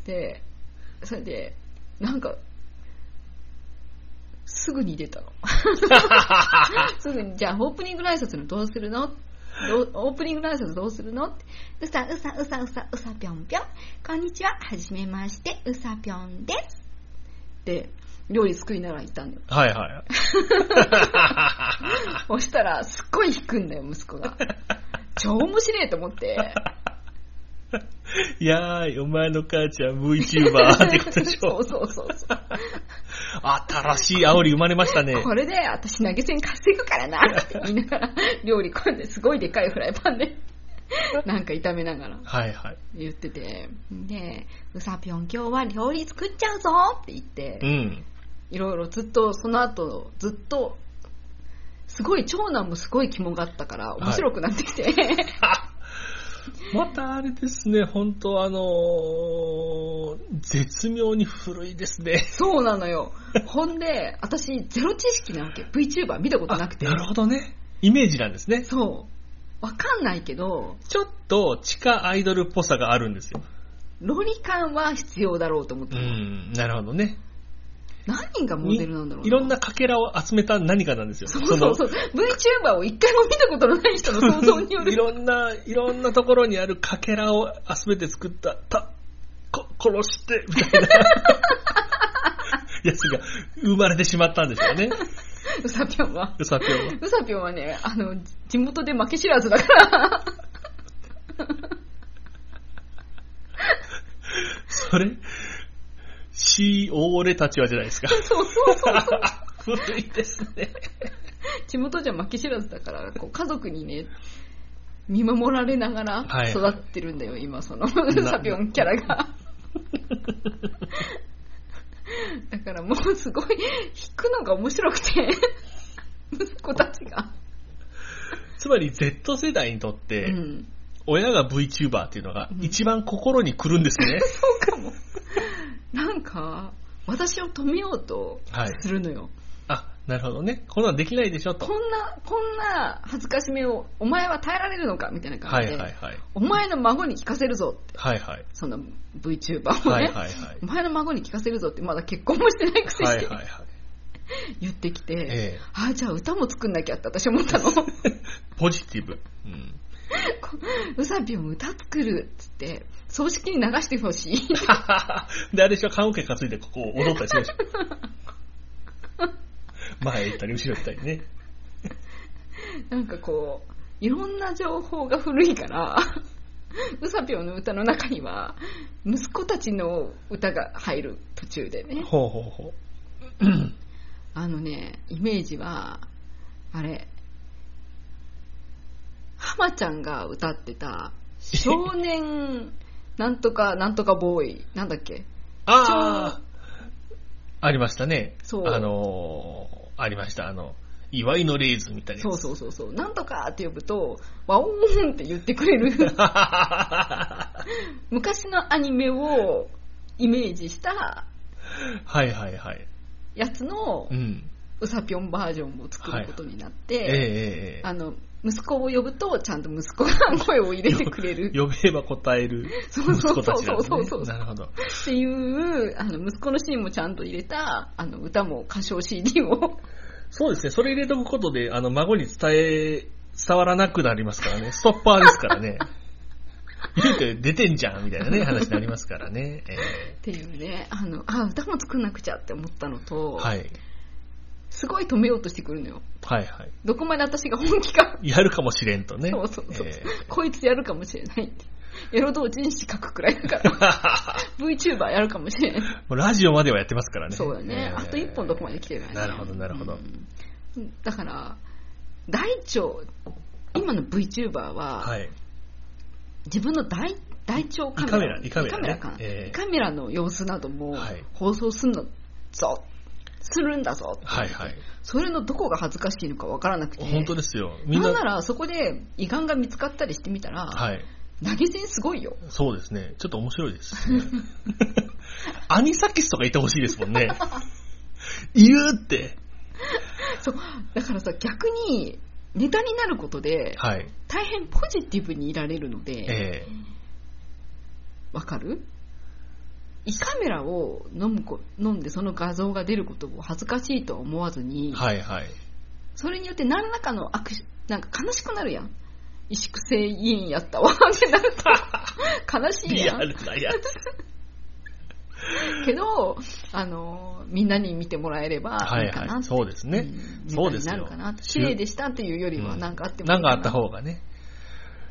[SPEAKER 4] って、それで、なんか、すぐに出たの。 <laughs> すぐに、じゃあ、オープニングの挨拶のどうするのどうオープニングの挨拶どうするのってうさうさうさうさうさぴょんぴょん。こんにちは。はじめまして。うさぴょんです。って、料理作りながら言ったんだよ。
[SPEAKER 3] はいはい。
[SPEAKER 4] そしたら、すっごい引くんだよ、息子が。超面白いと思って。
[SPEAKER 3] いやーい、お前の母ちゃん VTuber ってことでし
[SPEAKER 4] <laughs> そ
[SPEAKER 3] ょ
[SPEAKER 4] う。そうそうそう。
[SPEAKER 3] 新しい煽り生まれましたね。
[SPEAKER 4] これで私投げ銭稼ぐからなって言いながら、料理込んですごいでかいフライパンで、なんか炒めながら
[SPEAKER 3] はいはい。
[SPEAKER 4] 言ってて、で、うさぴょん今日は料理作っちゃうぞって言って
[SPEAKER 3] う、ん。
[SPEAKER 4] いろいろずっとその後、ずっと、すごい長男もすごい肝があったから面白くなってきて、
[SPEAKER 3] <laughs>
[SPEAKER 4] <laughs>
[SPEAKER 3] またあれですね、本当あのー絶妙に古いですね。
[SPEAKER 4] そうなのよ。ほんで、私ゼロ知識なわけ。VTuber 見たことなくて
[SPEAKER 3] <laughs> あ。なるほどね。イメージなんですね。
[SPEAKER 4] そう。わかんないけど、
[SPEAKER 3] ちょっと地下アイドルっぽさがあるんですよ。
[SPEAKER 4] ロリカンは必要だろうと思って
[SPEAKER 3] う
[SPEAKER 4] たの、
[SPEAKER 3] ん、なるほどね。
[SPEAKER 4] 何人がモデルなんだろう
[SPEAKER 3] いろんなかけらを集めた何かなんですよ。
[SPEAKER 4] そうそうそう。VTuber を一回も見たことのない人の
[SPEAKER 3] その
[SPEAKER 4] 想像によ
[SPEAKER 3] い
[SPEAKER 4] る。
[SPEAKER 3] ろんな、いろんなところにあるかけらを集めて作った、た、こ、殺して、み
[SPEAKER 4] <laughs>
[SPEAKER 3] たいな。やつが生まれてしまったんですよね。
[SPEAKER 4] うさぴょんは。
[SPEAKER 3] うさぴょんは。
[SPEAKER 4] <laughs> うさぴょんはね、あの、地元で負け知らずだから。 <laughs>
[SPEAKER 3] それ、し、俺たちはじゃないですか。
[SPEAKER 4] そうそうそうそう。
[SPEAKER 3] 古いですね。
[SPEAKER 4] 地元じゃ負け知らずだから、こう家族にね、見守られながら
[SPEAKER 3] はい
[SPEAKER 4] 育ってるんだよ、今その
[SPEAKER 3] な
[SPEAKER 4] サピオンキャラがだからもうすごい引くのが面白くて息子たちが、
[SPEAKER 3] つまり Z 世代にとっ
[SPEAKER 4] う
[SPEAKER 3] て、
[SPEAKER 4] ん、
[SPEAKER 3] 親が VTuber っていうのが
[SPEAKER 4] うん
[SPEAKER 3] 一番心に来るんです
[SPEAKER 4] <laughs>
[SPEAKER 3] ね。
[SPEAKER 4] そうかもなんか私を止めようと
[SPEAKER 3] はい。
[SPEAKER 4] するのよ、
[SPEAKER 3] あ、なるほどね。こんなんできないでしょ。
[SPEAKER 4] ことんなこんな恥ずかしめをお前は耐えられるのかみたいな
[SPEAKER 3] は
[SPEAKER 4] 感
[SPEAKER 3] い
[SPEAKER 4] じで、
[SPEAKER 3] はいはい。
[SPEAKER 4] お前の孫に聞かせるぞって
[SPEAKER 3] はいはい。
[SPEAKER 4] その VTuber を
[SPEAKER 3] はい
[SPEAKER 4] ね、
[SPEAKER 3] はいはい。
[SPEAKER 4] お前の孫に聞かせるぞってまだ結婚もしてないくせ
[SPEAKER 3] はい
[SPEAKER 4] に
[SPEAKER 3] はいはい。
[SPEAKER 4] 言ってきて、
[SPEAKER 3] ええ。
[SPEAKER 4] あじゃあ歌も作んなきゃって私思ったの <laughs>
[SPEAKER 3] ポジティブ。 <laughs> うん。
[SPEAKER 4] うさぴょん歌作るっつって葬式に流してほしい <laughs>
[SPEAKER 3] で、あれでしょ、棺桶担いでここを踊ったりするでしょ。 <laughs> 前行ったり後ろ行ったりね。
[SPEAKER 4] なんかこういろんな情報が古いから <laughs> うさぴょんの歌の中には息子たちの歌が入る途中でね
[SPEAKER 3] ほうほうほう。
[SPEAKER 4] あのねイメージはあれ浜ちゃんが歌ってた少年なんとかなんとかボーイなんだっけ
[SPEAKER 3] <laughs> ああ、ありましたね。
[SPEAKER 4] そう
[SPEAKER 3] あのー、ありました。あの、祝いのレーズみたいなやつ。、
[SPEAKER 4] そうそうそうそう、なんとかって呼ぶと、ワオーンって言ってくれる
[SPEAKER 3] <laughs> <laughs> は
[SPEAKER 4] 昔のアニメをイメージした
[SPEAKER 3] いはいはい。
[SPEAKER 4] やつの
[SPEAKER 3] うん。
[SPEAKER 4] うさぴょんバージョンを作ることになって、
[SPEAKER 3] ええええ
[SPEAKER 4] あの、息子を呼ぶと、ちゃんと息子が声を入れてくれ
[SPEAKER 3] ええ。
[SPEAKER 4] る
[SPEAKER 3] 呼べば答える息
[SPEAKER 4] そうそう
[SPEAKER 3] 子たちなんです
[SPEAKER 4] そうそうそうそ
[SPEAKER 3] ね。な
[SPEAKER 4] う
[SPEAKER 3] るほど。
[SPEAKER 4] っていう、あの、息子のシーンもちゃんと入れた、あの、歌も歌唱 CD も、
[SPEAKER 3] そうですね。それ入れとくことで、あの、孫に伝え、伝わらなくなりますからね。ストッパーですから
[SPEAKER 4] <laughs>
[SPEAKER 3] ね。言うて出てんじゃんみたいなね、話になりますからね。え
[SPEAKER 4] っていうね、あの、あ、歌も作んなくちゃって思ったのと、
[SPEAKER 3] えはい。
[SPEAKER 4] すごい止めようとしてくるのよ。
[SPEAKER 3] はいはい。
[SPEAKER 4] どこまで私が本気か
[SPEAKER 3] やるかもしれんとね。
[SPEAKER 4] そうそうそう、
[SPEAKER 3] ええ
[SPEAKER 4] こいつやるかもしれないって。エロ同人誌書くくらい
[SPEAKER 3] <laughs>
[SPEAKER 4] だから。VTuber やるかもしれない。
[SPEAKER 3] もうラジオまではやってますからね。
[SPEAKER 4] そうだね。あと一本どこまで来てるかね。
[SPEAKER 3] なるほど、なるほど。
[SPEAKER 4] うんだから、大腸、今の VTuber は、
[SPEAKER 3] はい。
[SPEAKER 4] 自分の大大腸カメラ、
[SPEAKER 3] 胃カメラ胃カメラね
[SPEAKER 4] 胃かな
[SPEAKER 3] ええ
[SPEAKER 4] 胃カメラの様子なども
[SPEAKER 3] はい
[SPEAKER 4] 放送するのぞ、するんだぞ、
[SPEAKER 3] はいはい。
[SPEAKER 4] それのどこが恥ずかしいのかわからなくて、
[SPEAKER 3] 本当ですよ。みん
[SPEAKER 4] な
[SPEAKER 3] な。
[SPEAKER 4] んならそこで胃がんが見つかったりしてみたら、
[SPEAKER 3] はい。
[SPEAKER 4] 投げ銭すごいよ。
[SPEAKER 3] そうですね。ちょっと面白いです、
[SPEAKER 4] <laughs>
[SPEAKER 3] ね。アニサキスとかいてほしいですもんね。いるって。
[SPEAKER 4] そうだからさ逆にネタになることで
[SPEAKER 3] はい。
[SPEAKER 4] 大変ポジティブにいられるので
[SPEAKER 3] ええ
[SPEAKER 4] わ、かる胃カメラを飲むこ飲んでその画像が出ることを恥ずかしいとは思わずに、
[SPEAKER 3] はいはい。
[SPEAKER 4] それによって何らかの悪しなんか悲しくなるやん萎縮性胃炎やったわってなる
[SPEAKER 3] <laughs>
[SPEAKER 4] と悲しい
[SPEAKER 3] リ
[SPEAKER 4] や
[SPEAKER 3] ア
[SPEAKER 4] ん
[SPEAKER 3] ルなやつ。
[SPEAKER 4] けどあのみんなに見てもらえれば
[SPEAKER 3] はい
[SPEAKER 4] いいか
[SPEAKER 3] は
[SPEAKER 4] なっ
[SPEAKER 3] い。
[SPEAKER 4] て
[SPEAKER 3] そうです
[SPEAKER 4] う
[SPEAKER 3] ね。
[SPEAKER 4] ん
[SPEAKER 3] そうですよ
[SPEAKER 4] ネタになるかなって綺麗でしたっていうより
[SPEAKER 3] う
[SPEAKER 4] は
[SPEAKER 3] ん
[SPEAKER 4] 何かあってもい
[SPEAKER 3] な
[SPEAKER 4] い
[SPEAKER 3] んかあった
[SPEAKER 4] っ
[SPEAKER 3] 方がね。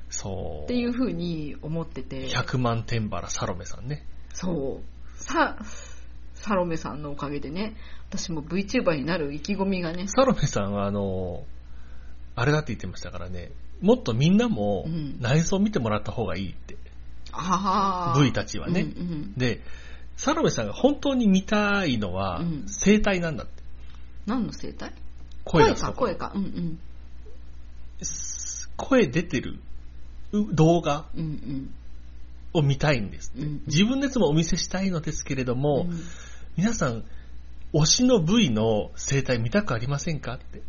[SPEAKER 3] そう。
[SPEAKER 4] ていうふうに思ってて
[SPEAKER 3] 100万天原サロメさんね。
[SPEAKER 4] そうさサロメさんのおかげでね私も VTuber になる意気込みがね
[SPEAKER 3] サロメさんは、あの、あれだって言ってましたからね。もっとみんなも
[SPEAKER 4] うん
[SPEAKER 3] 内装見てもらった方がいいって。
[SPEAKER 4] ああ
[SPEAKER 3] V たちはね。
[SPEAKER 4] うんうん
[SPEAKER 3] で、サロメさんが本当に見たいのは
[SPEAKER 4] うん、
[SPEAKER 3] 声帯なんだって。
[SPEAKER 4] 何の生態
[SPEAKER 3] 声出す
[SPEAKER 4] か
[SPEAKER 3] とこ
[SPEAKER 4] 声かうんうん
[SPEAKER 3] 声出てるう動画
[SPEAKER 4] うん
[SPEAKER 3] を見たいんですって。
[SPEAKER 4] うん
[SPEAKER 3] 自分のやつもお見せしたいのですけれど
[SPEAKER 4] うん
[SPEAKER 3] も、
[SPEAKER 4] うん
[SPEAKER 3] 皆さん、推しの部位の生態見たくありませんかって。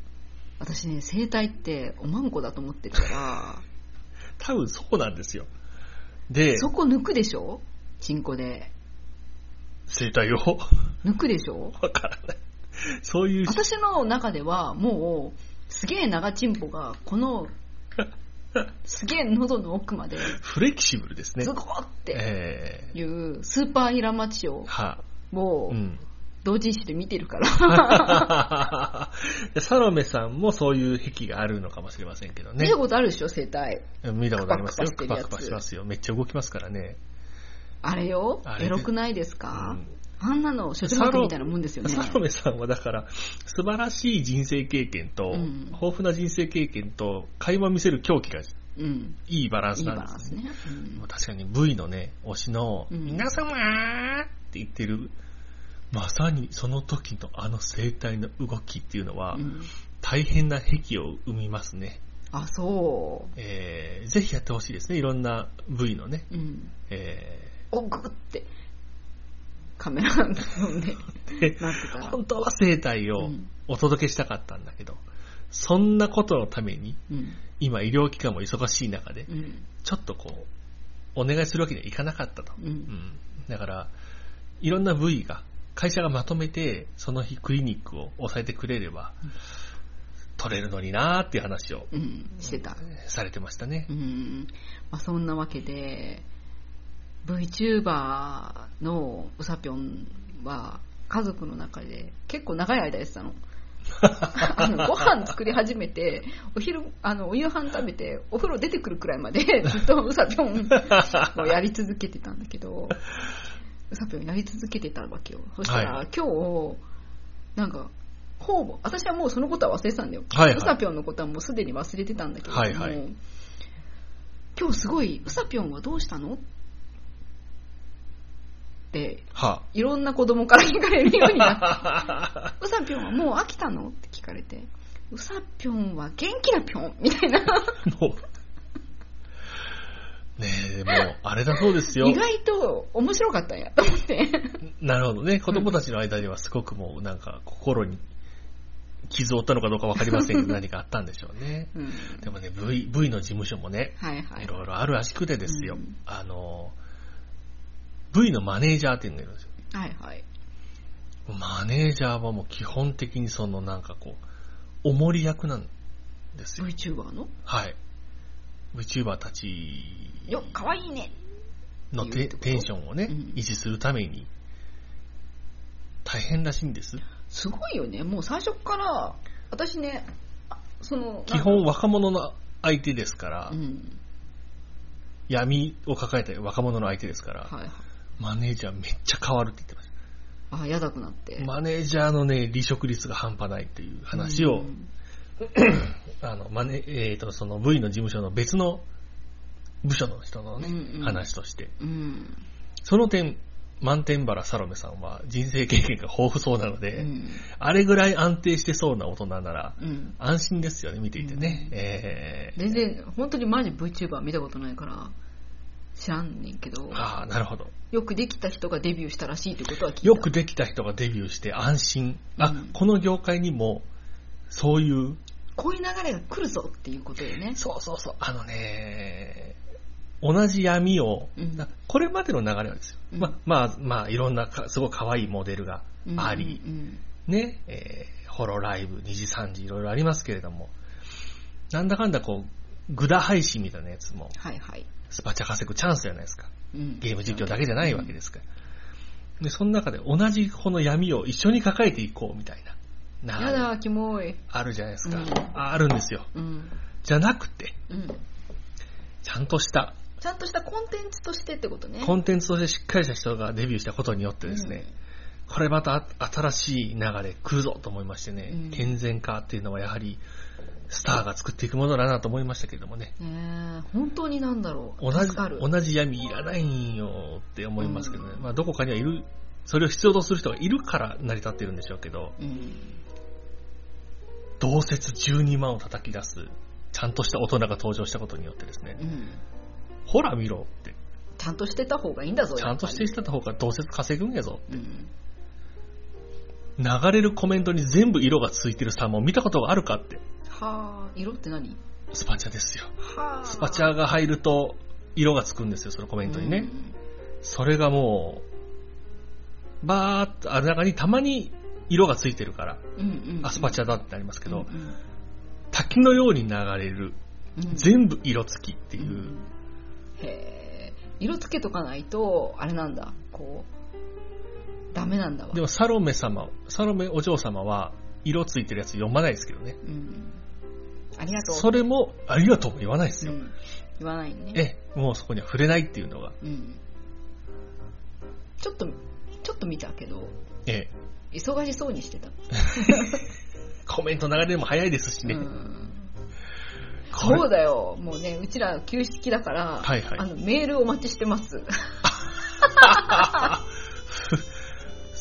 [SPEAKER 4] 私ね生態っておまんこだと思ってるか
[SPEAKER 3] 多分そうなんですよ。
[SPEAKER 4] ら
[SPEAKER 3] で、
[SPEAKER 4] そこ抜くでしょチンコで
[SPEAKER 3] 生態を <laughs>
[SPEAKER 4] 抜くでしょ
[SPEAKER 3] わからない。そういう、
[SPEAKER 4] 私の中ではもうすげえ長チンポがこのすげえ喉の奥まで
[SPEAKER 3] フレキシブルですね
[SPEAKER 4] ズ。ゴーって
[SPEAKER 3] えー
[SPEAKER 4] いうスーパーイラマチオ
[SPEAKER 3] は
[SPEAKER 4] を
[SPEAKER 3] う
[SPEAKER 4] <laughs>
[SPEAKER 3] ん。
[SPEAKER 4] 同人誌で見てるから
[SPEAKER 3] でサロメさんもそういう癖があるのかもしれませんけど
[SPEAKER 4] 見
[SPEAKER 3] ね
[SPEAKER 4] た。ことあるでしょ生態
[SPEAKER 3] 見たことありますよ。
[SPEAKER 4] ク
[SPEAKER 3] ク
[SPEAKER 4] パ
[SPEAKER 3] パ
[SPEAKER 4] ク
[SPEAKER 3] ク
[SPEAKER 4] パ
[SPEAKER 3] パし
[SPEAKER 4] し
[SPEAKER 3] て
[SPEAKER 4] る
[SPEAKER 3] ま
[SPEAKER 4] やつ
[SPEAKER 3] すよ。めっちゃ動きますからね。
[SPEAKER 4] あれよ
[SPEAKER 3] あれで
[SPEAKER 4] エロくないです
[SPEAKER 3] う
[SPEAKER 4] か
[SPEAKER 3] ん
[SPEAKER 4] あんなの処女膜みたいなもんですよね
[SPEAKER 3] サロメさんはだから、素晴らしい人生経験と、
[SPEAKER 4] うん
[SPEAKER 3] 豊富な人生経験と、垣間見せる狂気が
[SPEAKER 4] うん。
[SPEAKER 3] いいバラン
[SPEAKER 4] い
[SPEAKER 3] ス
[SPEAKER 4] いバ
[SPEAKER 3] なんで
[SPEAKER 4] ラン
[SPEAKER 3] す
[SPEAKER 4] ス
[SPEAKER 3] ね。
[SPEAKER 4] ね。
[SPEAKER 3] もう確かに V のね、推しの、
[SPEAKER 4] うん
[SPEAKER 3] 皆様ーって言ってる、まさにその時のあの声帯の動きっていうのは、
[SPEAKER 4] うんうん
[SPEAKER 3] 大変な癖を生みますね。
[SPEAKER 4] あ、そ
[SPEAKER 3] えー、ぜひやってほしいですね。いろんな V のね、
[SPEAKER 4] う。うん。
[SPEAKER 3] え
[SPEAKER 4] おぐって、カメラの
[SPEAKER 3] <laughs>
[SPEAKER 4] ね、なってた
[SPEAKER 3] ー、
[SPEAKER 4] ら。
[SPEAKER 3] 本当は声帯
[SPEAKER 4] う
[SPEAKER 3] を
[SPEAKER 4] ん
[SPEAKER 3] お届けしたかったんだけど、そんなことのために、
[SPEAKER 4] うん。
[SPEAKER 3] 今医療機関も忙しい中で、
[SPEAKER 4] うん。
[SPEAKER 3] ちょっとこう、お願いするわけにはいかなかったと。
[SPEAKER 4] う。
[SPEAKER 3] うんん、だから、いろんな部位が、会社がまとめて、その日クリニックを抑えてくれれば
[SPEAKER 4] うん、
[SPEAKER 3] 取れるのになーっていう話を
[SPEAKER 4] うん。してた。
[SPEAKER 3] されてましたね
[SPEAKER 4] う。ん。まあ、そんなわけで、VTuber のうさぴょんは、家族の中で結構長い間やって
[SPEAKER 3] <laughs>
[SPEAKER 4] たの。あのご飯作り始めて、お昼、あの、お夕飯食べて、お風呂出てくるくらいまで、ずっとうさぴょんをやり続けてたんだけど、うさぴょんやり続けてたわけよ。そしたら、
[SPEAKER 3] はい
[SPEAKER 4] 今日、なんか、ほぼ、私はもうそのことは忘れてたんだよ。
[SPEAKER 3] はいはいう
[SPEAKER 4] さぴょんのことはもうすでに忘れてたんだけど、
[SPEAKER 3] はいはい
[SPEAKER 4] もう今日すごい、うさぴょんはどうしたのって、
[SPEAKER 3] はい
[SPEAKER 4] ろんな子供から聞かれるよう
[SPEAKER 3] <laughs>
[SPEAKER 4] になって。
[SPEAKER 3] あ。
[SPEAKER 4] うさぴょんはもう飽きたのって聞かれて、うさぴょんは元気なぴょん <laughs> みたいな。
[SPEAKER 3] もう、ねえ、もう、あれだそうですよ
[SPEAKER 4] 意。外と面白かっ
[SPEAKER 3] <laughs>
[SPEAKER 4] たんやと思って。
[SPEAKER 3] なるほどね。子供たちの間ではすごくもう、なんか、心に傷を負ったのかどうかわかりません
[SPEAKER 4] <laughs>
[SPEAKER 3] けど、何かあったんでしょうね。
[SPEAKER 4] うん
[SPEAKER 3] でもね、V、V の事務所もね、
[SPEAKER 4] はいはいい。
[SPEAKER 3] ろいろあるらしくてですよ、
[SPEAKER 4] うん
[SPEAKER 3] あの、V のマネージャーっていうのがいるんですよ。
[SPEAKER 4] はいはい。
[SPEAKER 3] マネージャーはもう基本的にそのなんかこう、おもり役なんですよ。
[SPEAKER 4] VTuber の
[SPEAKER 3] はい。VTuber たち
[SPEAKER 4] よ、かわいいね。
[SPEAKER 3] の
[SPEAKER 4] 言う
[SPEAKER 3] テ
[SPEAKER 4] ってこと
[SPEAKER 3] テンションをね、
[SPEAKER 4] うん
[SPEAKER 3] 維持するために、大変らしいんです。
[SPEAKER 4] すごいよね。もう最初から、私ね、あその、
[SPEAKER 3] 基本若者の相手ですから、
[SPEAKER 4] うん。
[SPEAKER 3] 闇を抱えた若者の相手ですから、
[SPEAKER 4] はいはい。
[SPEAKER 3] マネージャーめっちゃ変わるって言ってました。
[SPEAKER 4] あ、やだくなって。
[SPEAKER 3] マネージャーのね、離職率が半端ないっていう話を、
[SPEAKER 4] うん
[SPEAKER 3] あの、マネ、えっ、と、その V の事務所の別の部署の人のね、
[SPEAKER 4] うんうん
[SPEAKER 3] 話として。
[SPEAKER 4] うん。
[SPEAKER 3] その点、満点原サロメさんは人生経験が豊富そうなの
[SPEAKER 4] う
[SPEAKER 3] で、
[SPEAKER 4] ん。
[SPEAKER 3] あれぐらい安定してそうな大人なら、
[SPEAKER 4] うん。
[SPEAKER 3] 安心ですよね、見ていてね。
[SPEAKER 4] うん
[SPEAKER 3] えー
[SPEAKER 4] 全然、本当にマジ VTuber 見たことないから、知らんねんけど、
[SPEAKER 3] ああ、なるほど。
[SPEAKER 4] よくできた人がデビューしたらしいってことは聞いた。
[SPEAKER 3] よくできた人がデビューして安心。あ、
[SPEAKER 4] うん
[SPEAKER 3] この業界にも、そういう
[SPEAKER 4] こういう流れが来るぞっていうことよね。
[SPEAKER 3] そうそうそう、あのね、同じ闇を、
[SPEAKER 4] うん
[SPEAKER 3] なこれまでの流れはですよ。
[SPEAKER 4] うん
[SPEAKER 3] まあ、まあ、まあ、いろんなか、すごい可愛いモデルが
[SPEAKER 4] うん
[SPEAKER 3] あり、
[SPEAKER 4] うん
[SPEAKER 3] ね、えーホロライブ、2時、3時、いろいろありますけれども、なんだかんだこう、グダ配信みたいなやつも、
[SPEAKER 4] はいはい。
[SPEAKER 3] スパチャ稼ぐチャンスじゃないですか。
[SPEAKER 4] うん
[SPEAKER 3] ゲーム実況だけじゃないわけですから。で、その中で同じこの闇を一緒に抱えていこうみたいな、
[SPEAKER 4] や
[SPEAKER 3] な
[SPEAKER 4] だ、キモい。
[SPEAKER 3] あるじゃないですか、
[SPEAKER 4] うん
[SPEAKER 3] あ。あるんですよ。
[SPEAKER 4] うん。
[SPEAKER 3] じゃなくて、
[SPEAKER 4] うん。
[SPEAKER 3] ちゃんとした
[SPEAKER 4] ちゃんとしたコンテンツとしてってことね。
[SPEAKER 3] コンテンツとしてしっかりした人がデビューしたことによってですね、これまたあ新しい流れ来るぞと思いましてね、
[SPEAKER 4] うん
[SPEAKER 3] 健全化っていうのはやはりスターが作っていくものだなと思いましたけれどもね、
[SPEAKER 4] ねえ本当になんだろ
[SPEAKER 3] 同
[SPEAKER 4] う。
[SPEAKER 3] じ
[SPEAKER 4] 助かる。
[SPEAKER 3] 同じ闇いらないんよって思いますけどね、
[SPEAKER 4] うん
[SPEAKER 3] まあどこかにはいる、それを必要とする人がいるから成り立っているんでしょうけど、
[SPEAKER 4] うん。
[SPEAKER 3] 同説12万を叩き出す、ちゃんとした大人が登場したことによってですね、
[SPEAKER 4] うん。
[SPEAKER 3] ほら見ろって、
[SPEAKER 4] ちゃんとしてた方がいいんだぞ。
[SPEAKER 3] ちゃんとしてきた方が同説稼ぐんやぞ
[SPEAKER 4] やっぱり。うん。
[SPEAKER 3] 流れるコメントに全部色がついてるサーモン見たことがあるかって。
[SPEAKER 4] はあ、色って何
[SPEAKER 3] スパチャですよ。
[SPEAKER 4] はあ。
[SPEAKER 3] スパチャが入ると色がつくんですよ、そのコメントにね。それがもう、バーっと、あの中にたまに色がついてるから、
[SPEAKER 4] うん。うんうん。
[SPEAKER 3] あ、スパチ
[SPEAKER 4] ャ
[SPEAKER 3] ャだってありますけど、
[SPEAKER 4] うん
[SPEAKER 3] 滝のように流れる、
[SPEAKER 4] うん、
[SPEAKER 3] 全部色付きっていうう、
[SPEAKER 4] んへえ。色つけとかないと、あれなんだ。こう、ダメなんだわ。
[SPEAKER 3] でもサロメ様、サロメお嬢様は色ついてるやつ読まないですけどね。
[SPEAKER 4] うん。ありがとう。
[SPEAKER 3] それも、ありがとうも言わないです
[SPEAKER 4] う
[SPEAKER 3] よ。
[SPEAKER 4] ん、言わないね。
[SPEAKER 3] え、もうそこには触れないっていうのが、
[SPEAKER 4] うん。ちょっと、ちょっと見たけど、
[SPEAKER 3] ええ、
[SPEAKER 4] 忙しそうにしてた。
[SPEAKER 3] コメント流れるのも早いですしね。
[SPEAKER 4] うん。そうだよ。もうね、うちら旧式だから、
[SPEAKER 3] はいはい
[SPEAKER 4] あのメールお待ちしてます。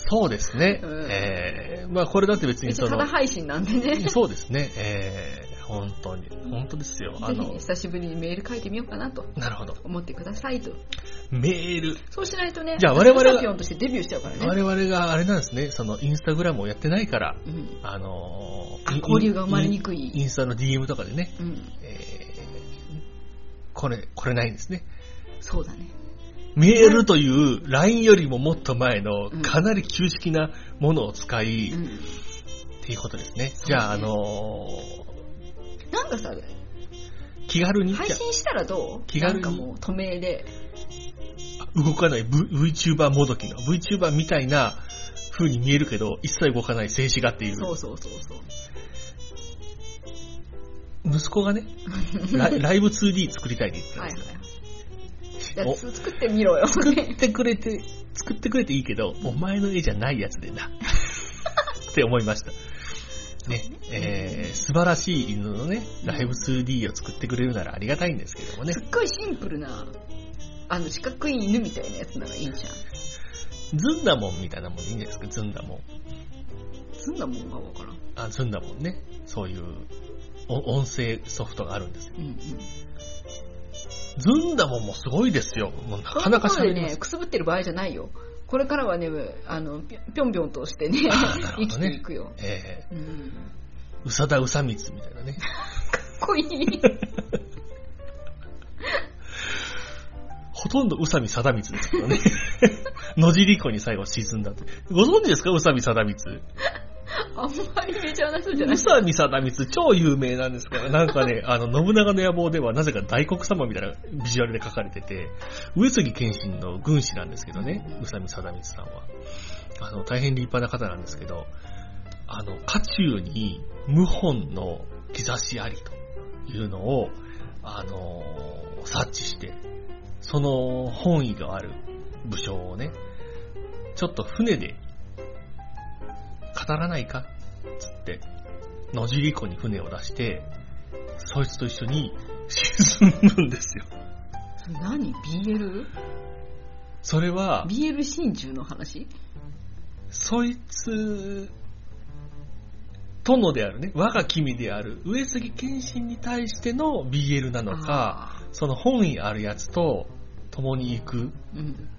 [SPEAKER 3] そうですね。
[SPEAKER 4] うん
[SPEAKER 3] えー、まあこれだって別
[SPEAKER 4] め
[SPEAKER 3] に
[SPEAKER 4] <laughs> っちゃ
[SPEAKER 3] そ
[SPEAKER 4] た
[SPEAKER 3] の
[SPEAKER 4] だ、配信なんでね。
[SPEAKER 3] そうですね。えー、本当に。本当ですよ。あ
[SPEAKER 4] ぜひ
[SPEAKER 3] の
[SPEAKER 4] <laughs> ね、久しぶりにメール書いてみようかなと
[SPEAKER 3] なるほど。
[SPEAKER 4] 思ってくださいと。
[SPEAKER 3] メール。
[SPEAKER 4] そうしないとね、
[SPEAKER 3] じゃあ我々が
[SPEAKER 4] チャンピオンとしてデビューしちゃうからね。
[SPEAKER 3] 我々があれなんですね。そのインスタグラムをやってないから、
[SPEAKER 4] うん、
[SPEAKER 3] あの
[SPEAKER 4] あ
[SPEAKER 3] ー、い
[SPEAKER 4] 交流が生まれにく
[SPEAKER 3] イ
[SPEAKER 4] い。
[SPEAKER 3] ンスタの DM とかでね、
[SPEAKER 4] うん、
[SPEAKER 3] えー、これ、これないんですね。
[SPEAKER 4] そうだね。
[SPEAKER 3] メールという LINE よりももっと前のかなり旧式なものを使い、
[SPEAKER 4] う
[SPEAKER 3] っ
[SPEAKER 4] ん、
[SPEAKER 3] ていうことですね。
[SPEAKER 4] そうね
[SPEAKER 3] じゃあ、あの
[SPEAKER 4] なんかさ、
[SPEAKER 3] ー気軽に、
[SPEAKER 4] 配
[SPEAKER 3] じゃ
[SPEAKER 4] 信したらどう
[SPEAKER 3] 気軽に
[SPEAKER 4] なんかもう、止めで。
[SPEAKER 3] あ動かない v VTuber もどきの VTuber みたいな風に見えるけど、一切動かない静止画っていう。
[SPEAKER 4] そうそうそうそう。
[SPEAKER 3] 息子が
[SPEAKER 4] <laughs>
[SPEAKER 3] ね、ラライブ 2D 作りたいって言ってたん
[SPEAKER 4] はい
[SPEAKER 3] ですよ。
[SPEAKER 4] はい。いや
[SPEAKER 3] お
[SPEAKER 4] つ作ってみろよ。
[SPEAKER 3] 作ってくれて、作ってくれていいけど、お前の絵じゃないやつで
[SPEAKER 4] <laughs>
[SPEAKER 3] な。って思いました。ね、えー、素晴らしい犬のね、ライブ 2D を作ってくれるならありがたいんですけどもね
[SPEAKER 4] す。っごいシンプルな、あの、四角い犬みたいなやつならいいじゃん。
[SPEAKER 3] ずんだもんみたいなもんでいいんじゃないですか、ずんだもん。
[SPEAKER 4] そんなもんがわからん。
[SPEAKER 3] あ、ずんだもんね。そういう、お音声ソフトがあるんですよ。
[SPEAKER 4] うんうん。
[SPEAKER 3] ずんだもんもすごいですよ。もうな
[SPEAKER 4] こ
[SPEAKER 3] か
[SPEAKER 4] んな
[SPEAKER 3] な
[SPEAKER 4] と
[SPEAKER 3] か
[SPEAKER 4] こ
[SPEAKER 3] 喋
[SPEAKER 4] ろで
[SPEAKER 3] ります
[SPEAKER 4] ね、。くすぶってる場合じゃないよ。これからはね、あの、ぴょぴょんぴょんとしてね、
[SPEAKER 3] あーなるほど
[SPEAKER 4] 生き
[SPEAKER 3] ね
[SPEAKER 4] ていくよ。
[SPEAKER 3] え
[SPEAKER 4] うん。
[SPEAKER 3] <laughs> ー、うさだうさみつみたいなね。
[SPEAKER 4] かっこいい。
[SPEAKER 3] ほとんど宇佐美貞光ですけどね。 <laughs> 野尻湖に最後沈んだって。ご存知ですか宇佐美貞光。
[SPEAKER 4] あんまりメジャーな人じゃな
[SPEAKER 3] 宇
[SPEAKER 4] い。
[SPEAKER 3] 佐美貞光超有名なんですから、なんかね、あの、信長の野望ではなぜか大黒様みたいなビジュアルで書かれてて、上杉謙信の軍師なんですけどね、宇佐美貞光さんは。あの、大変立派な方なんですけど、あの、家中に謀反の兆しありというのを、あのー察知して、その本意がある武将をね、ちょっと船で語らないかつって、野尻湖に船を出して、そいつと一緒に沈むんですよ。
[SPEAKER 4] それ何 ?BL?BL
[SPEAKER 3] それは、
[SPEAKER 4] 真珠の話
[SPEAKER 3] そいつ、殿であるね、我が君である上杉謙信に対しての BL なのか、
[SPEAKER 4] あ
[SPEAKER 3] その本意あるやつと共に行く
[SPEAKER 4] ーうん。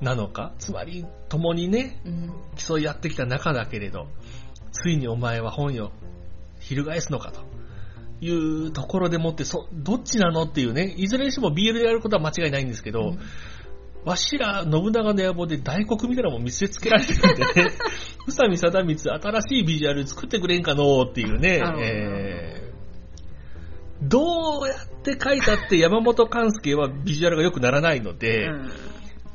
[SPEAKER 3] なのか、つまり共にね、
[SPEAKER 4] うん。
[SPEAKER 3] 競い合ってきた仲だけれど、ついにお前は本意を翻すのかと。いうところでもって、そ、どっちなのっていうね、いずれにしても BL でやることは間違いないんですけど、わしら、信長の野望で大黒みたいなもん見せつけられてるんでね、宇佐美貞光、新しいビジュアル作ってくれんかのーっていうね、
[SPEAKER 4] なるほど
[SPEAKER 3] えーどうやって書いたって山本勘介はビジュアルが良くならないの
[SPEAKER 4] う
[SPEAKER 3] で、
[SPEAKER 4] ん。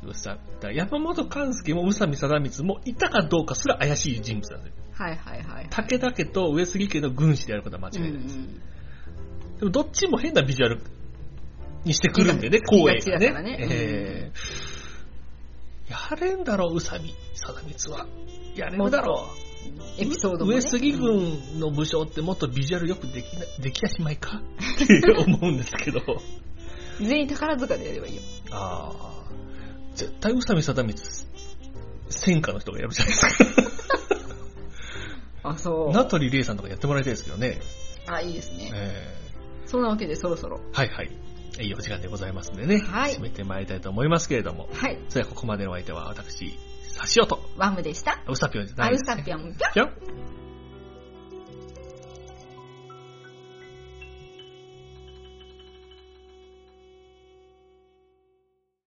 [SPEAKER 3] うさだ山本勘介も宇佐美貞光もいたかどうかすら怪しい人物なんですよ。
[SPEAKER 4] はいはいはい。
[SPEAKER 3] 武田家と上杉家の軍師であることは間違
[SPEAKER 4] う
[SPEAKER 3] い
[SPEAKER 4] ん
[SPEAKER 3] な
[SPEAKER 4] う
[SPEAKER 3] いです。
[SPEAKER 4] ん。
[SPEAKER 3] でもどっちも変なビジュアルにしてくるんでね、
[SPEAKER 4] 好き
[SPEAKER 3] 光
[SPEAKER 4] が
[SPEAKER 3] 栄が
[SPEAKER 4] 好きがちだから
[SPEAKER 3] ね
[SPEAKER 4] ね。
[SPEAKER 3] ええやれんだろう、宇佐美、貞光は。やれるだろ
[SPEAKER 4] エピソー
[SPEAKER 3] う。
[SPEAKER 4] ドも、ね。
[SPEAKER 3] 上杉軍の武将ってもっとビジュアルよくできな、 <laughs> できやしまいかって思うんです
[SPEAKER 4] <laughs>
[SPEAKER 3] けど。
[SPEAKER 4] 全員宝塚でやればいいよ。
[SPEAKER 3] ああ、絶対宇佐美、貞光、戦火の人がやるじゃないですか。
[SPEAKER 4] あ、そう。
[SPEAKER 3] 名取玲さんとかやってもらいたいですけどね。
[SPEAKER 4] あ、いいですね。
[SPEAKER 3] ええ
[SPEAKER 4] そんなわけでそろそろ。
[SPEAKER 3] はいはい。いいお時間でございますんでね。
[SPEAKER 4] はい
[SPEAKER 3] 締めてまいりたいと思いますけれども。
[SPEAKER 4] はい。
[SPEAKER 3] それではここまでのお相手は私、サシオと、
[SPEAKER 4] ワムでした。
[SPEAKER 3] ウサピョンじゃな
[SPEAKER 4] ア
[SPEAKER 3] いで
[SPEAKER 4] ウ
[SPEAKER 3] す、ね。
[SPEAKER 4] サピョン。
[SPEAKER 3] ピョン